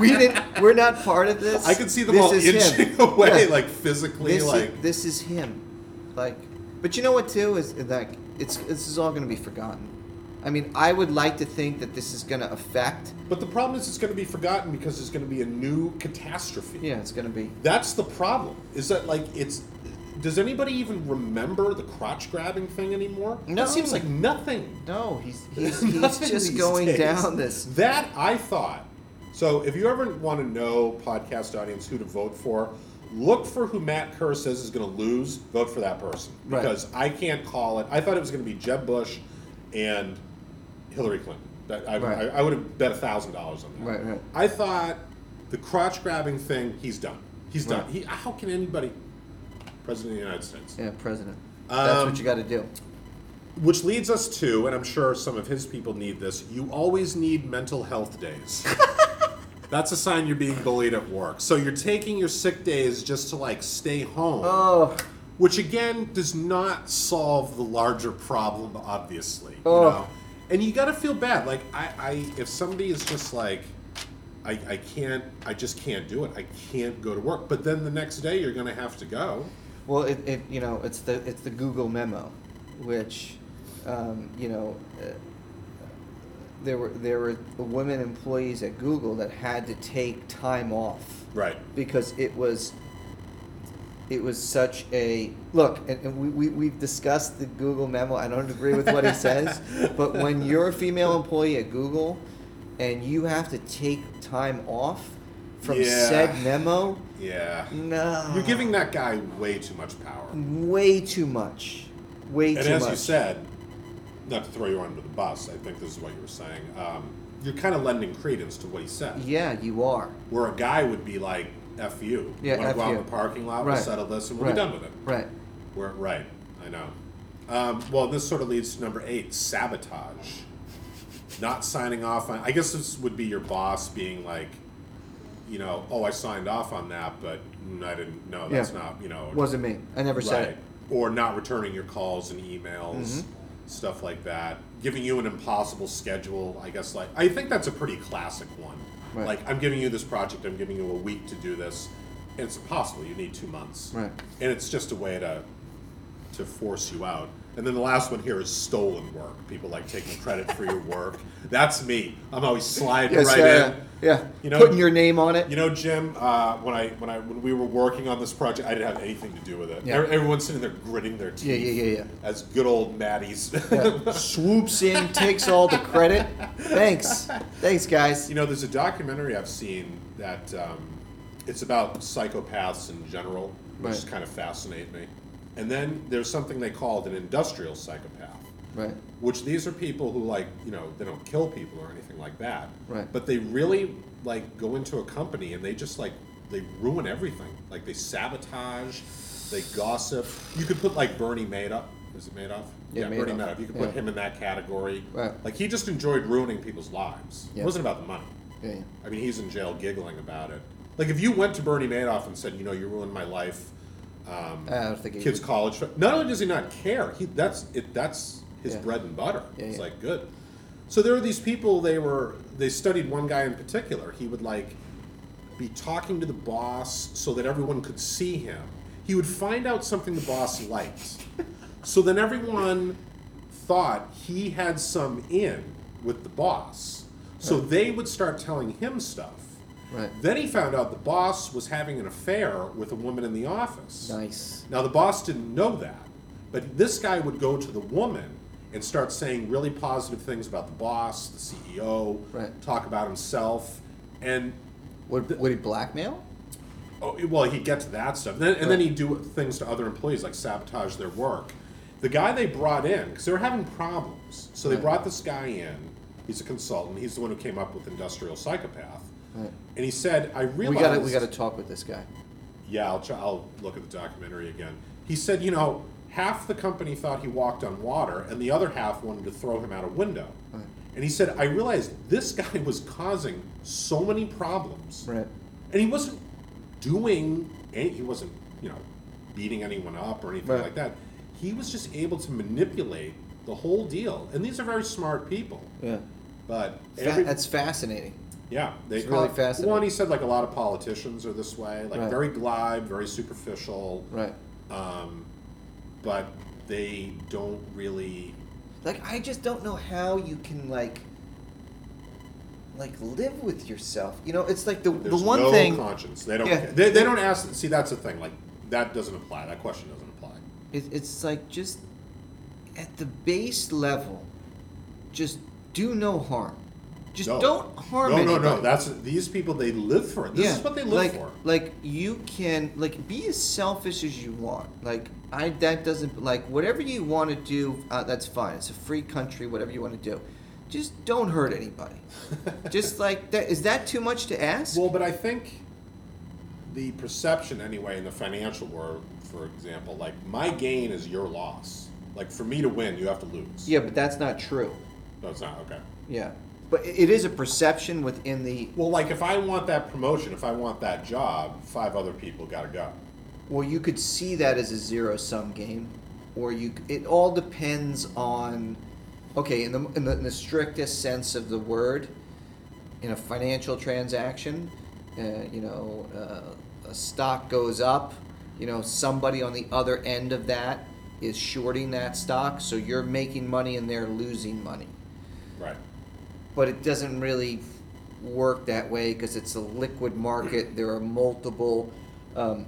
Speaker 1: we didn't, we're not part of this.
Speaker 2: I could see them
Speaker 1: This
Speaker 2: all
Speaker 1: is him."
Speaker 2: inching away,
Speaker 1: Yeah.
Speaker 2: like physically,
Speaker 1: this
Speaker 2: like
Speaker 1: is, this is him like but you know what too is like it's this is all going to be forgotten i mean i would like to think that this is going to affect
Speaker 2: But the problem is, it's going to be forgotten because there's going to be a new catastrophe.
Speaker 1: yeah it's going to be
Speaker 2: That's the problem. Is that like it's? Does anybody even remember the crotch grabbing thing anymore?
Speaker 1: No.
Speaker 2: That seems like nothing.
Speaker 1: no he's he's, he's
Speaker 2: Nothing
Speaker 1: just
Speaker 2: these
Speaker 1: going
Speaker 2: days.
Speaker 1: down this
Speaker 2: That I thought. So if you ever want to know podcast audience who to vote for, look for who Matt Kerr says is going to lose. Vote for that person
Speaker 1: Right.
Speaker 2: because I can't call it. I thought it was going to be Jeb Bush and Hillary Clinton. That I,
Speaker 1: Right.
Speaker 2: I, I would have bet a thousand dollars on that.
Speaker 1: Right, right.
Speaker 2: I thought the crotch grabbing thing. He's done. He's done.
Speaker 1: Right.
Speaker 2: He, how can anybody? President of the United States.
Speaker 1: yeah president that's what you got to do
Speaker 2: Which leads us to, and I'm sure some of his people need this, you always need mental health days. That's a sign you're being bullied at work. So you're taking your sick days just to like stay home.
Speaker 1: oh
Speaker 2: Which again does not solve the larger problem, obviously. You
Speaker 1: Oh.
Speaker 2: know? And you gotta feel bad. Like I, I if somebody is just like I, I can't I just can't do it. I can't go to work. But then the next day you're gonna have to go.
Speaker 1: well it, it you know it's the it's the google memo which um, you know uh, there were there were women employees at google that had to take time off
Speaker 2: Right.
Speaker 1: because it was it was such a look and, and we, we, we've discussed the google memo i don't agree with what he says but when you're a female employee at google and you have to take time off from
Speaker 2: Yeah.
Speaker 1: said memo
Speaker 2: Yeah.
Speaker 1: no
Speaker 2: You're giving that guy way too much power.
Speaker 1: way too much way
Speaker 2: And
Speaker 1: too
Speaker 2: as
Speaker 1: much
Speaker 2: you said, not to throw you under the bus, I think this is what you were saying. Um, you're kind of lending credence to what he said.
Speaker 1: yeah you are
Speaker 2: Where a guy would be like, "F you,
Speaker 1: Yeah,
Speaker 2: want to
Speaker 1: F
Speaker 2: go out
Speaker 1: you.
Speaker 2: in the parking lot,
Speaker 1: Right.
Speaker 2: we'll settle this, and we'll
Speaker 1: right
Speaker 2: be done with it."
Speaker 1: right
Speaker 2: We're right. I know. Um, well, this sort of leads to number eight sabotage. Not signing off on. I guess this would be your boss being like, you know, oh, I signed off on that, but mm, I didn't. No, that's
Speaker 1: Yeah.
Speaker 2: not, you know.
Speaker 1: Wasn't me. I never said
Speaker 2: Right.
Speaker 1: it. Mm-hmm.
Speaker 2: Or not returning your calls and emails, stuff like that. Giving you an impossible schedule, I guess. Like I think that's a pretty classic one.
Speaker 1: Right.
Speaker 2: Like I'm giving you this project, I'm giving you a week to do this. and It's impossible. You need two months.
Speaker 1: Right.
Speaker 2: And it's just a way to to force you out. And then the last one here is stolen work. People like taking credit for your work. That's me. I'm always sliding
Speaker 1: Yes,
Speaker 2: right
Speaker 1: yeah,
Speaker 2: in.
Speaker 1: yeah. yeah.
Speaker 2: You know-
Speaker 1: Putting your name on it.
Speaker 2: You know, Jim, uh, when I when I when we were working on this project, I didn't have anything to do with it.
Speaker 1: Yeah.
Speaker 2: Ev- Everyone's sitting there gritting their teeth.
Speaker 1: Yeah, yeah, yeah, yeah.
Speaker 2: As good old Maddie's.
Speaker 1: swoops in, takes all the credit. Thanks. Thanks, guys.
Speaker 2: you know, there's a documentary I've seen that um, it's about psychopaths in general, which
Speaker 1: Right.
Speaker 2: kind of fascinate me. And then there's something they called an industrial psychopath.
Speaker 1: Right.
Speaker 2: which these are people who like you know they don't kill people or anything like that
Speaker 1: Right.
Speaker 2: but they really like go into a company and they just like they ruin everything like they sabotage they gossip you could put like bernie madoff is it madoff
Speaker 1: Yeah,
Speaker 2: bernie
Speaker 1: Madoff.
Speaker 2: madoff you could put
Speaker 1: Yeah.
Speaker 2: him in that category
Speaker 1: Right.
Speaker 2: like he just enjoyed ruining people's lives
Speaker 1: Yeah.
Speaker 2: it wasn't about the money
Speaker 1: Yeah, yeah.
Speaker 2: i mean he's in jail giggling about it like if you went to bernie madoff and said you know you ruined my life um,
Speaker 1: I don't think he
Speaker 2: kids
Speaker 1: would-
Speaker 2: college fund- not only does he not care he that's it that's his
Speaker 1: Yeah.
Speaker 2: bread and butter
Speaker 1: Yeah,
Speaker 2: it's
Speaker 1: yeah.
Speaker 2: like good so there were these people they were they studied one guy in particular he would like be talking to the boss so that everyone could see him he would find out something the boss liked so then everyone thought he had some in with the boss so they would start telling him stuff
Speaker 1: Right.
Speaker 2: then he found out the boss was having an affair with a woman in the office
Speaker 1: Nice.
Speaker 2: now, the boss didn't know that, but this guy would go to the woman and start saying really positive things about the boss, the CEO,
Speaker 1: Right.
Speaker 2: talk about himself, and
Speaker 1: Would, would he blackmail?
Speaker 2: oh, well, he'd get to that stuff. And then, and then he'd do things to other employees, like sabotage their work. The guy they brought in, because they were having problems, so they brought this guy in. He's a consultant. He's the one who came up with industrial psychopath.
Speaker 1: Right.
Speaker 2: And he said, "I
Speaker 1: We
Speaker 2: realized
Speaker 1: got to we got to talk with this guy.
Speaker 2: yeah, I'll, try, I'll look at the documentary again. He said, you know, half the company thought he walked on water, and the other half wanted to throw him out a window. And he said, I realized this guy was causing so many problems.
Speaker 1: Right.
Speaker 2: And he wasn't doing, any, he wasn't, you know, beating anyone up or anything
Speaker 1: Right.
Speaker 2: like that. He was just able to manipulate the whole deal. And these are very smart people.
Speaker 1: Yeah.
Speaker 2: But
Speaker 1: Fa-
Speaker 2: every-
Speaker 1: that's fascinating.
Speaker 2: yeah, they
Speaker 1: It's
Speaker 2: call
Speaker 1: really
Speaker 2: it-
Speaker 1: fascinating.
Speaker 2: One, he said like a lot of politicians are this way, like
Speaker 1: Right.
Speaker 2: very glib, very superficial,
Speaker 1: Right.
Speaker 2: um, but they don't really.
Speaker 1: Like I just don't know how you can like like live with yourself. You know, it's like the
Speaker 2: There's
Speaker 1: the one
Speaker 2: no
Speaker 1: thing
Speaker 2: conscience. They don't.
Speaker 1: Yeah.
Speaker 2: They, they don't ask. See, that's the thing. Like that doesn't apply. That question doesn't apply.
Speaker 1: It, it's like just at the base level, just do no harm. Just
Speaker 2: No.
Speaker 1: don't harm
Speaker 2: No,
Speaker 1: anybody.
Speaker 2: no, no. That's these people. They live for it. This is what they live
Speaker 1: like,
Speaker 2: for.
Speaker 1: Like you can like be as selfish as you want. Like I that doesn't like whatever you want to do. Uh, that's fine. It's a free country. Whatever you want to do, just don't hurt anybody. just like that. Is that too much to ask?
Speaker 2: Well, but I think the perception, anyway, in the financial world, for example, like my gain is your loss. Like for me to win, you have to lose.
Speaker 1: yeah, but that's not true.
Speaker 2: No, it's not. Okay.
Speaker 1: Yeah, but it, it is a perception within the.
Speaker 2: Well, like if I want that promotion, if I want that job, five other people got to go.
Speaker 1: Well, you could see that as a zero sum game, or you. It all depends on. Okay, in the, in the in the strictest sense of the word, in a financial transaction, uh, you know, uh, a stock goes up. You know, somebody on the other end of that is shorting that stock, so you're making money and they're losing money.
Speaker 2: Right.
Speaker 1: but it doesn't really work that way because it's a liquid market. There are multiple um,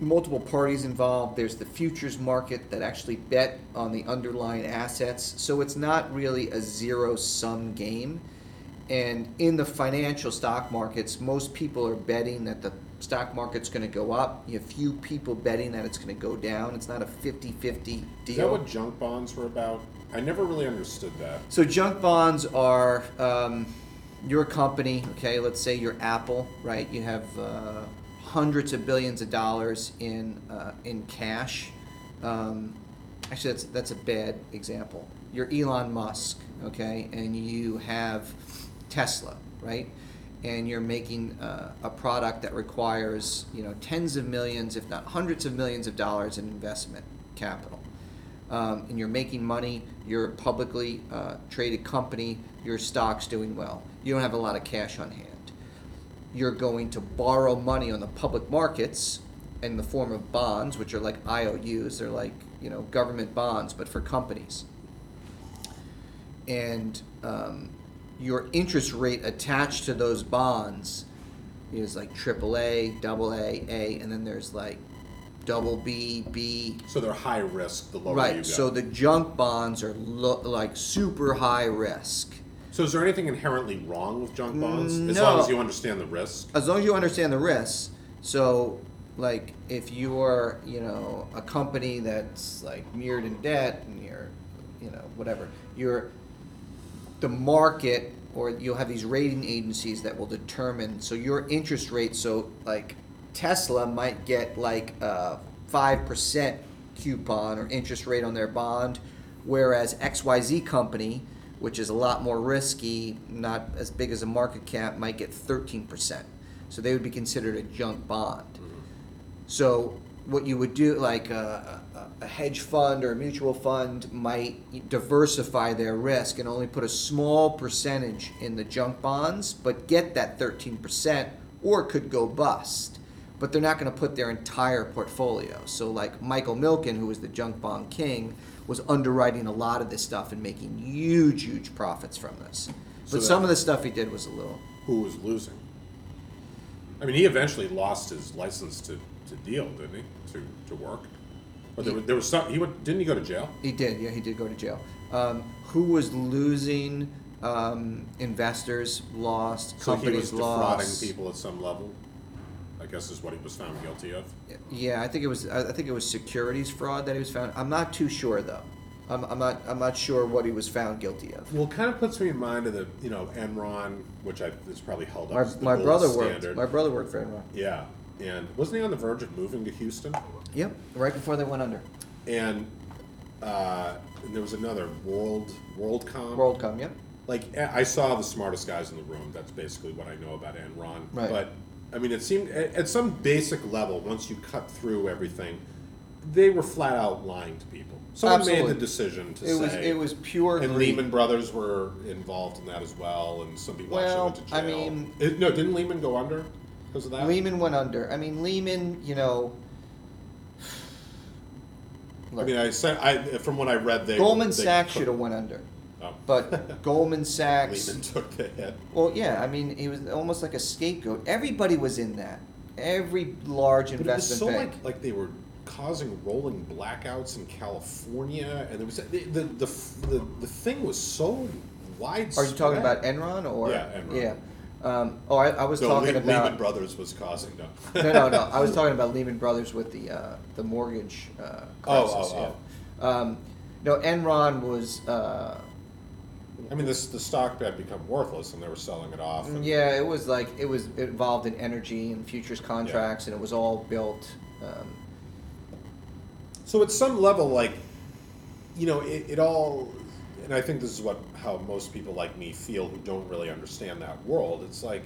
Speaker 1: multiple parties involved. There's the futures market that actually bet on the underlying assets. So it's not really a zero sum game. And in the financial stock markets, most people are betting that the stock market's going to go up. You have few people betting that it's going to go down. It's not a 50 50 deal.
Speaker 2: Is that what junk bonds were about? I never really understood that.
Speaker 1: So junk bonds are um, your company, okay? Let's say you're Apple, right? You have uh, hundreds of billions of dollars in uh, in cash. Um, actually that's that's a bad example. You're Elon Musk, okay, and you have Tesla, right? And you're making uh, a product that requires you know tens of millions, if not hundreds of millions of dollars in investment capital. Um, and you're making money. You're a publicly uh, traded company. Your stock's doing well. You don't have a lot of cash on hand you're going to borrow money on the public markets in the form of bonds, which are like IOUs, they're like you know government bonds, but for companies. And um, your interest rate attached to those bonds is like AAA, AA, A, and then there's like double B, B,
Speaker 2: So they're high risk. The lower you go.
Speaker 1: right. So the junk bonds are lo- like super high risk.
Speaker 2: So is there anything inherently wrong with junk bonds? As
Speaker 1: Mm, No.
Speaker 2: long as you understand the risk.
Speaker 1: as long as you understand the risks. So, like, if you are, you know, a company that's like mirrored in debt and you're, you know, whatever, you're the market or you'll have these rating agencies that will determine. So your interest rate. So like Tesla might get like a five percent coupon or interest rate on their bond, whereas X Y Z company, which is a lot more risky, not as big as a market cap, might get thirteen percent. So they would be considered a junk bond. So what you would do, like a, a- a hedge fund or a mutual fund, might diversify their risk and only put a small percentage in the junk bonds, but get that 13%, or it could go bust. But they're not going to put their entire portfolio. So like Michael Milken, who was the junk bond king, was underwriting a lot of this stuff and making huge, huge profits from this. But
Speaker 2: So that-
Speaker 1: some of the stuff he did was a little.
Speaker 2: Who was losing? I mean, he eventually lost his license to, to deal, didn't he? To, to work. But there, was- there was some. He went, didn't he go to jail?
Speaker 1: He did. Yeah, he did go to jail. Um, who was losing? Um, investors lost.
Speaker 2: So he
Speaker 1: companies
Speaker 2: was defrauding
Speaker 1: lost.
Speaker 2: people at some level. I guess is what he was found guilty of.
Speaker 1: Yeah, I think it was. I I think it was securities fraud that he was found. I'm not too sure though. I'm, I'm not. I'm not sure what he was found guilty of.
Speaker 2: Well, it kind of puts me in mind of the you know Enron, which I is probably held up.
Speaker 1: My,
Speaker 2: as the
Speaker 1: my
Speaker 2: gold
Speaker 1: brother
Speaker 2: standard.
Speaker 1: worked. My brother worked for Enron.
Speaker 2: Yeah, and wasn't he on the verge of moving to Houston?
Speaker 1: Yep. Right before they went under.
Speaker 2: And, uh, and there was another World WorldCom.
Speaker 1: WorldCom. Yep.
Speaker 2: like eh, I I saw the smartest guys in the room. That's basically what I know about Enron.
Speaker 1: Right.
Speaker 2: But I mean, it seemed at, at some basic level, once you cut through everything, they were flat out lying to people. Someone made
Speaker 1: Absolutely.
Speaker 2: the decision to
Speaker 1: It
Speaker 2: say
Speaker 1: was. It was pure.
Speaker 2: And
Speaker 1: greed.
Speaker 2: Lehman Brothers were involved in that as well, and some people
Speaker 1: Well,
Speaker 2: actually went to jail.
Speaker 1: I mean-
Speaker 2: It- no, didn't Lehman go under because of that?
Speaker 1: Lehman went under. I mean, Lehman. You know.
Speaker 2: I mean, I said I from what I read, they
Speaker 1: Goldman
Speaker 2: they
Speaker 1: Sachs
Speaker 2: took-
Speaker 1: should have went under,
Speaker 2: Oh.
Speaker 1: but Goldman Sachs.
Speaker 2: Lehman took the hit.
Speaker 1: Well, yeah, I mean, it was almost like a scapegoat. Everybody was in that. Every large
Speaker 2: But it was
Speaker 1: investment
Speaker 2: so
Speaker 1: bank.
Speaker 2: like like they were causing rolling blackouts in California, and there was the the the, the, the thing was so
Speaker 1: Are
Speaker 2: widespread.
Speaker 1: you talking about Enron or?
Speaker 2: Yeah, Enron.
Speaker 1: Yeah. Um, oh, I, I was
Speaker 2: No,
Speaker 1: talking
Speaker 2: Le-
Speaker 1: about.
Speaker 2: Lehman Brothers was causing them.
Speaker 1: no, no, no. I was talking about Lehman Brothers with the uh, the mortgage uh, crisis.
Speaker 2: Oh, oh,
Speaker 1: yeah. Um, no, Enron was. Uh,
Speaker 2: I mean, this the stock had become worthless, and they were selling it off. and-
Speaker 1: Yeah, it was like it was involved in energy and futures contracts, and it was all built. Um,
Speaker 2: So at some level, like, you know, it, it all, and I think this is what how most people like me feel who don't really understand that world. It's like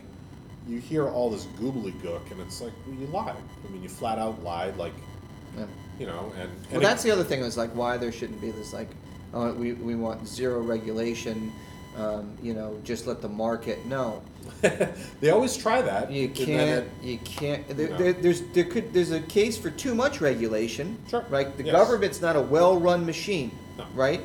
Speaker 2: you hear all this gobbledygook, and it's like well, you lied. I mean, you flat out lied. Like,
Speaker 1: yeah.
Speaker 2: you know, and, and
Speaker 1: Well,
Speaker 2: it-
Speaker 1: that's the other thing is like why there shouldn't be this like, uh, we we want zero regulation, um, you know, just let the market. No,
Speaker 2: they always try Uh, that.
Speaker 1: you
Speaker 2: and then
Speaker 1: can't.
Speaker 2: it-
Speaker 1: You can't. There,
Speaker 2: No.
Speaker 1: there, there's there could there's a case for too much regulation.
Speaker 2: Sure.
Speaker 1: Right. The
Speaker 2: Yes.
Speaker 1: government's not a well-run machine.
Speaker 2: No.
Speaker 1: Right.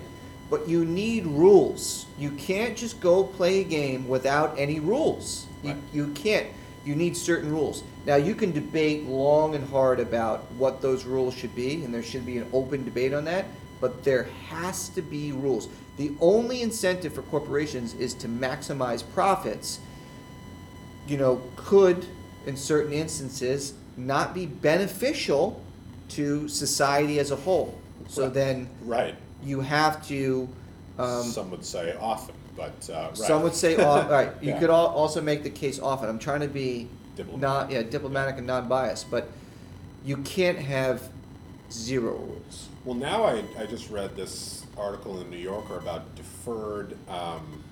Speaker 1: But you need rules. You can't just go play a game without any rules.
Speaker 2: Right.
Speaker 1: You, you can't. You need certain rules. Now you can debate long and hard about what those rules should be, and there should be an open debate on that. But there has to be rules. The only incentive for corporations is to maximize profits you know, could in certain instances not be beneficial to society as a whole. So then
Speaker 2: right.
Speaker 1: you have to. Um,
Speaker 2: some would say often, but uh, right.
Speaker 1: Some would say, all, all right, you
Speaker 2: Yeah.
Speaker 1: could al- also make the case often. I'm trying to be
Speaker 2: Diplomatic.
Speaker 1: not, yeah, diplomatic and non-biased, but you can't have zero rules.
Speaker 2: Well, now I, I just read this article in the New Yorker about deferred. Um,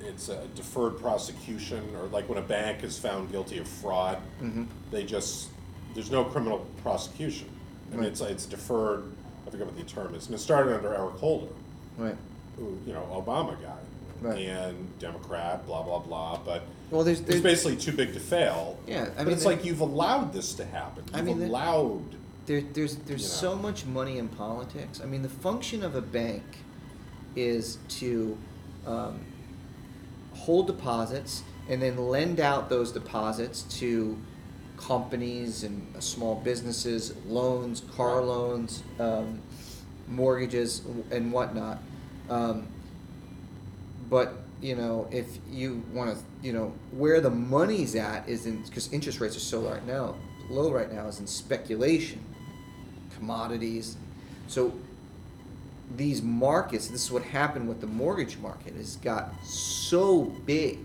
Speaker 2: it's a deferred prosecution, or like when a bank is found guilty of fraud,
Speaker 1: Mm-hmm.
Speaker 2: they just there's no criminal prosecution, and it's it's deferred. I forget what the term is, and it started under Eric Holder,
Speaker 1: Right.
Speaker 2: who you know Obama guy,
Speaker 1: Right.
Speaker 2: and Democrat, blah blah blah, but.
Speaker 1: Well, there's,
Speaker 2: It's
Speaker 1: there's
Speaker 2: basically too big to fail.
Speaker 1: Yeah, I
Speaker 2: but
Speaker 1: mean,
Speaker 2: it's
Speaker 1: they-
Speaker 2: like you've allowed this to happen. You've
Speaker 1: I mean, they-
Speaker 2: allowed.
Speaker 1: There, there's there's
Speaker 2: You know.
Speaker 1: so much money in politics. I mean, the function of a bank is to um, hold deposits and then lend out those deposits to companies and uh, small businesses, loans, car loans, um, mortgages, and whatnot. Um, but you know, if you want to, you know, where the money's at is in because interest rates are so low right now. Low right now is in speculation, commodities. So these markets. This is what happened with the mortgage market. Has got so big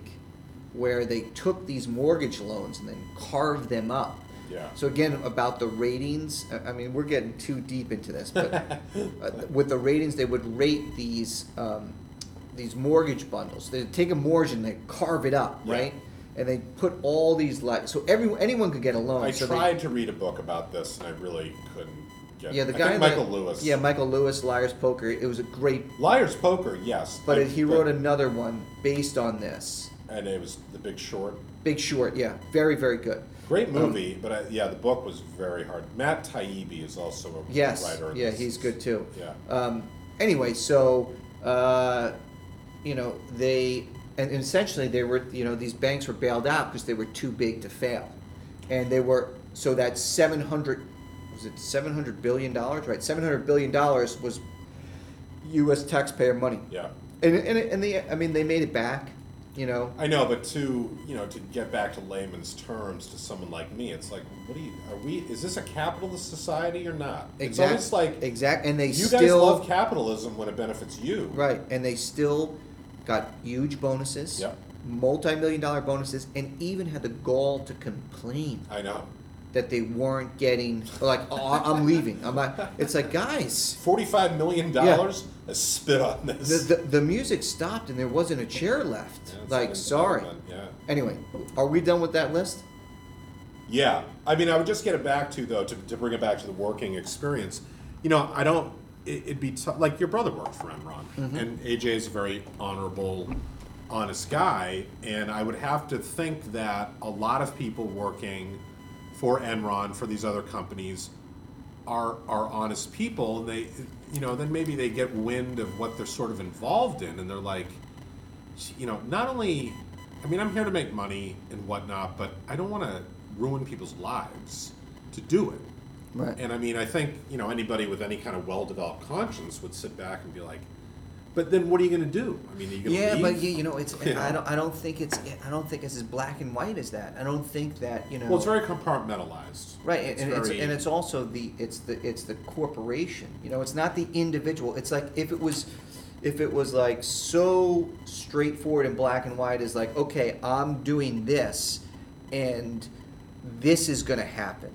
Speaker 1: where they took these mortgage loans and then carved them up.
Speaker 2: Yeah.
Speaker 1: So again, about the ratings. I- I mean, we're getting too deep into this, but uh, with the ratings, they would rate these um, these mortgage bundles. They would take a mortgage and they carve it up,
Speaker 2: Yeah.
Speaker 1: right? And they put all these like so every anyone could get a loan.
Speaker 2: I
Speaker 1: so they-
Speaker 2: tried to read a book about this, and I really couldn't get.
Speaker 1: yeah, the
Speaker 2: I
Speaker 1: guy
Speaker 2: think
Speaker 1: that-
Speaker 2: Michael Lewis.
Speaker 1: Yeah, Michael Lewis, Liar's Poker. It was a great,
Speaker 2: Liar's Poker, yes,
Speaker 1: but
Speaker 2: I-
Speaker 1: it, he wrote another one based on this.
Speaker 2: and it was The Big Short.
Speaker 1: Big Short, yeah, very very good.
Speaker 2: Great movie, but I, yeah, the book was very hard. Matt Taibbi is also a
Speaker 1: Yes,
Speaker 2: writer.
Speaker 1: yeah, he's good too.
Speaker 2: Yeah.
Speaker 1: Um, anyway, so uh, you know they and essentially they were you know these banks were bailed out because they were too big to fail, and they were so that seven hundred was it seven hundred billion dollars right seven hundred billion dollars was U.S. taxpayer money.
Speaker 2: Yeah,
Speaker 1: And and and they I mean they made it back, you know.
Speaker 2: I know, but to you know, to get back to layman's terms to someone like me, it's like, what do you? Are we? Is this a capitalist society or not? It's
Speaker 1: Exact-
Speaker 2: almost like
Speaker 1: exact, and they
Speaker 2: You
Speaker 1: still
Speaker 2: guys love capitalism when it benefits you.
Speaker 1: Right, and they still got huge bonuses,
Speaker 2: Yep.
Speaker 1: multi-million dollar bonuses, and even had the gall to complain
Speaker 2: I know. that
Speaker 1: that they weren't getting like, oh, I- I'm leaving. I'm not. It's like, guys,
Speaker 2: Forty-five million dollars. I spit on
Speaker 1: the,
Speaker 2: this.
Speaker 1: the the music stopped and there wasn't a chair left.
Speaker 2: Yeah, it's
Speaker 1: like,
Speaker 2: an
Speaker 1: sorry.
Speaker 2: indictment, Yeah.
Speaker 1: Anyway, are we done with that list?
Speaker 2: Yeah. I mean, I would just get it back to though to, to bring it back to the working experience. You know, I don't. It, it'd be tough. Like your brother worked for Enron,
Speaker 1: Mm-hmm.
Speaker 2: and AJ is a very honorable, honest guy, and I would have to think that a lot of people working for Enron for these other companies are are honest people and they you know then maybe they get wind of what they're sort of involved in and they're like you know not only i mean i'm here to make money and whatnot but i don't want to ruin people's lives to do it
Speaker 1: Right.
Speaker 2: and i mean i think you know anybody with any kind of well-developed conscience would sit back and be like but then what are you going to do i mean are you going to
Speaker 1: yeah,
Speaker 2: leave?
Speaker 1: but you, you know, it's
Speaker 2: Yeah.
Speaker 1: I don't I don't think it's I don't think it's as black and white as that. I don't think that you know.
Speaker 2: well it's very compartmentalized
Speaker 1: Right, and, and,
Speaker 2: very-
Speaker 1: it's, and it's also the it's the it's the corporation. You know, it's not the individual. It's like if it was, if it was like so straightforward and black and white is like, okay, I'm doing this, and this is going to happen.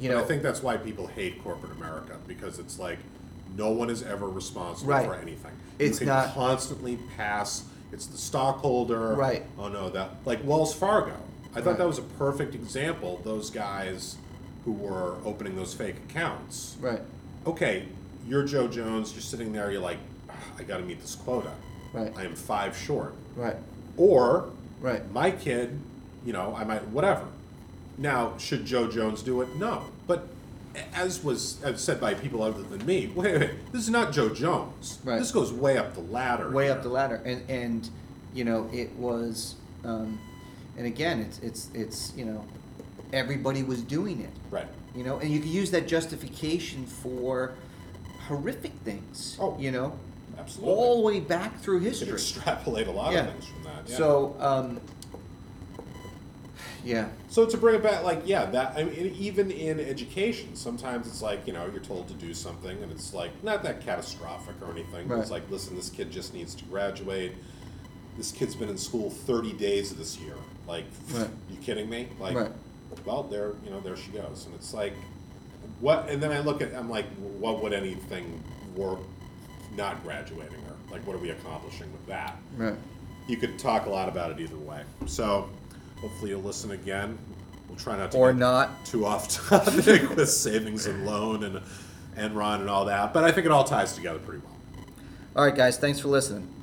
Speaker 1: You
Speaker 2: But
Speaker 1: know,
Speaker 2: I think that's why people hate corporate America because it's like no one is ever responsible
Speaker 1: Right.
Speaker 2: for anything.
Speaker 1: It's
Speaker 2: you can
Speaker 1: not-
Speaker 2: constantly pass. It's the stockholder.
Speaker 1: Right.
Speaker 2: Oh no, that like Wells Fargo. I thought
Speaker 1: Right.
Speaker 2: that was a perfect example. Those guys who were opening those fake accounts.
Speaker 1: right,
Speaker 2: Okay, you're Joe Jones. You're sitting there. You're like, "Ah, I got to meet this quota.
Speaker 1: Right.
Speaker 2: I am five short
Speaker 1: right,
Speaker 2: or
Speaker 1: Right.
Speaker 2: my kid you know i might whatever now should joe jones do it no but a- as was as said by people other than me wait, wait, wait this is not joe jones
Speaker 1: Right.
Speaker 2: this goes way up the ladder
Speaker 1: way up
Speaker 2: here.
Speaker 1: the ladder, and and you know it was, um, and again, it's it's it's you know, everybody was doing it.
Speaker 2: right
Speaker 1: you know and you can use that justification for horrific things
Speaker 2: Oh,
Speaker 1: you know
Speaker 2: absolutely.
Speaker 1: all the way back through
Speaker 2: you
Speaker 1: history
Speaker 2: can extrapolate a lot
Speaker 1: Yeah.
Speaker 2: of things from that yeah.
Speaker 1: so um yeah
Speaker 2: So to bring it back, like yeah, that I mean, even in education, sometimes it's like you know you're told to do something, and it's like not that catastrophic or anything. But it's
Speaker 1: Right.
Speaker 2: like, listen, this kid just needs to graduate. This kid's been in school 30 days this year. Like,
Speaker 1: Right.
Speaker 2: you kidding me? Like,
Speaker 1: Right.
Speaker 2: well, there you know there she goes, and it's like What? And then I look at. I'm like, what would anything worth not graduating her? Like, what are we accomplishing with that?
Speaker 1: Right.
Speaker 2: You could talk a lot about it either way. So, hopefully, you'll listen again. We'll try not to
Speaker 1: Or
Speaker 2: get
Speaker 1: not.
Speaker 2: too off topic with savings and loan and Enron and all that. But I think it all ties together pretty well.
Speaker 1: All right, guys. Thanks for listening.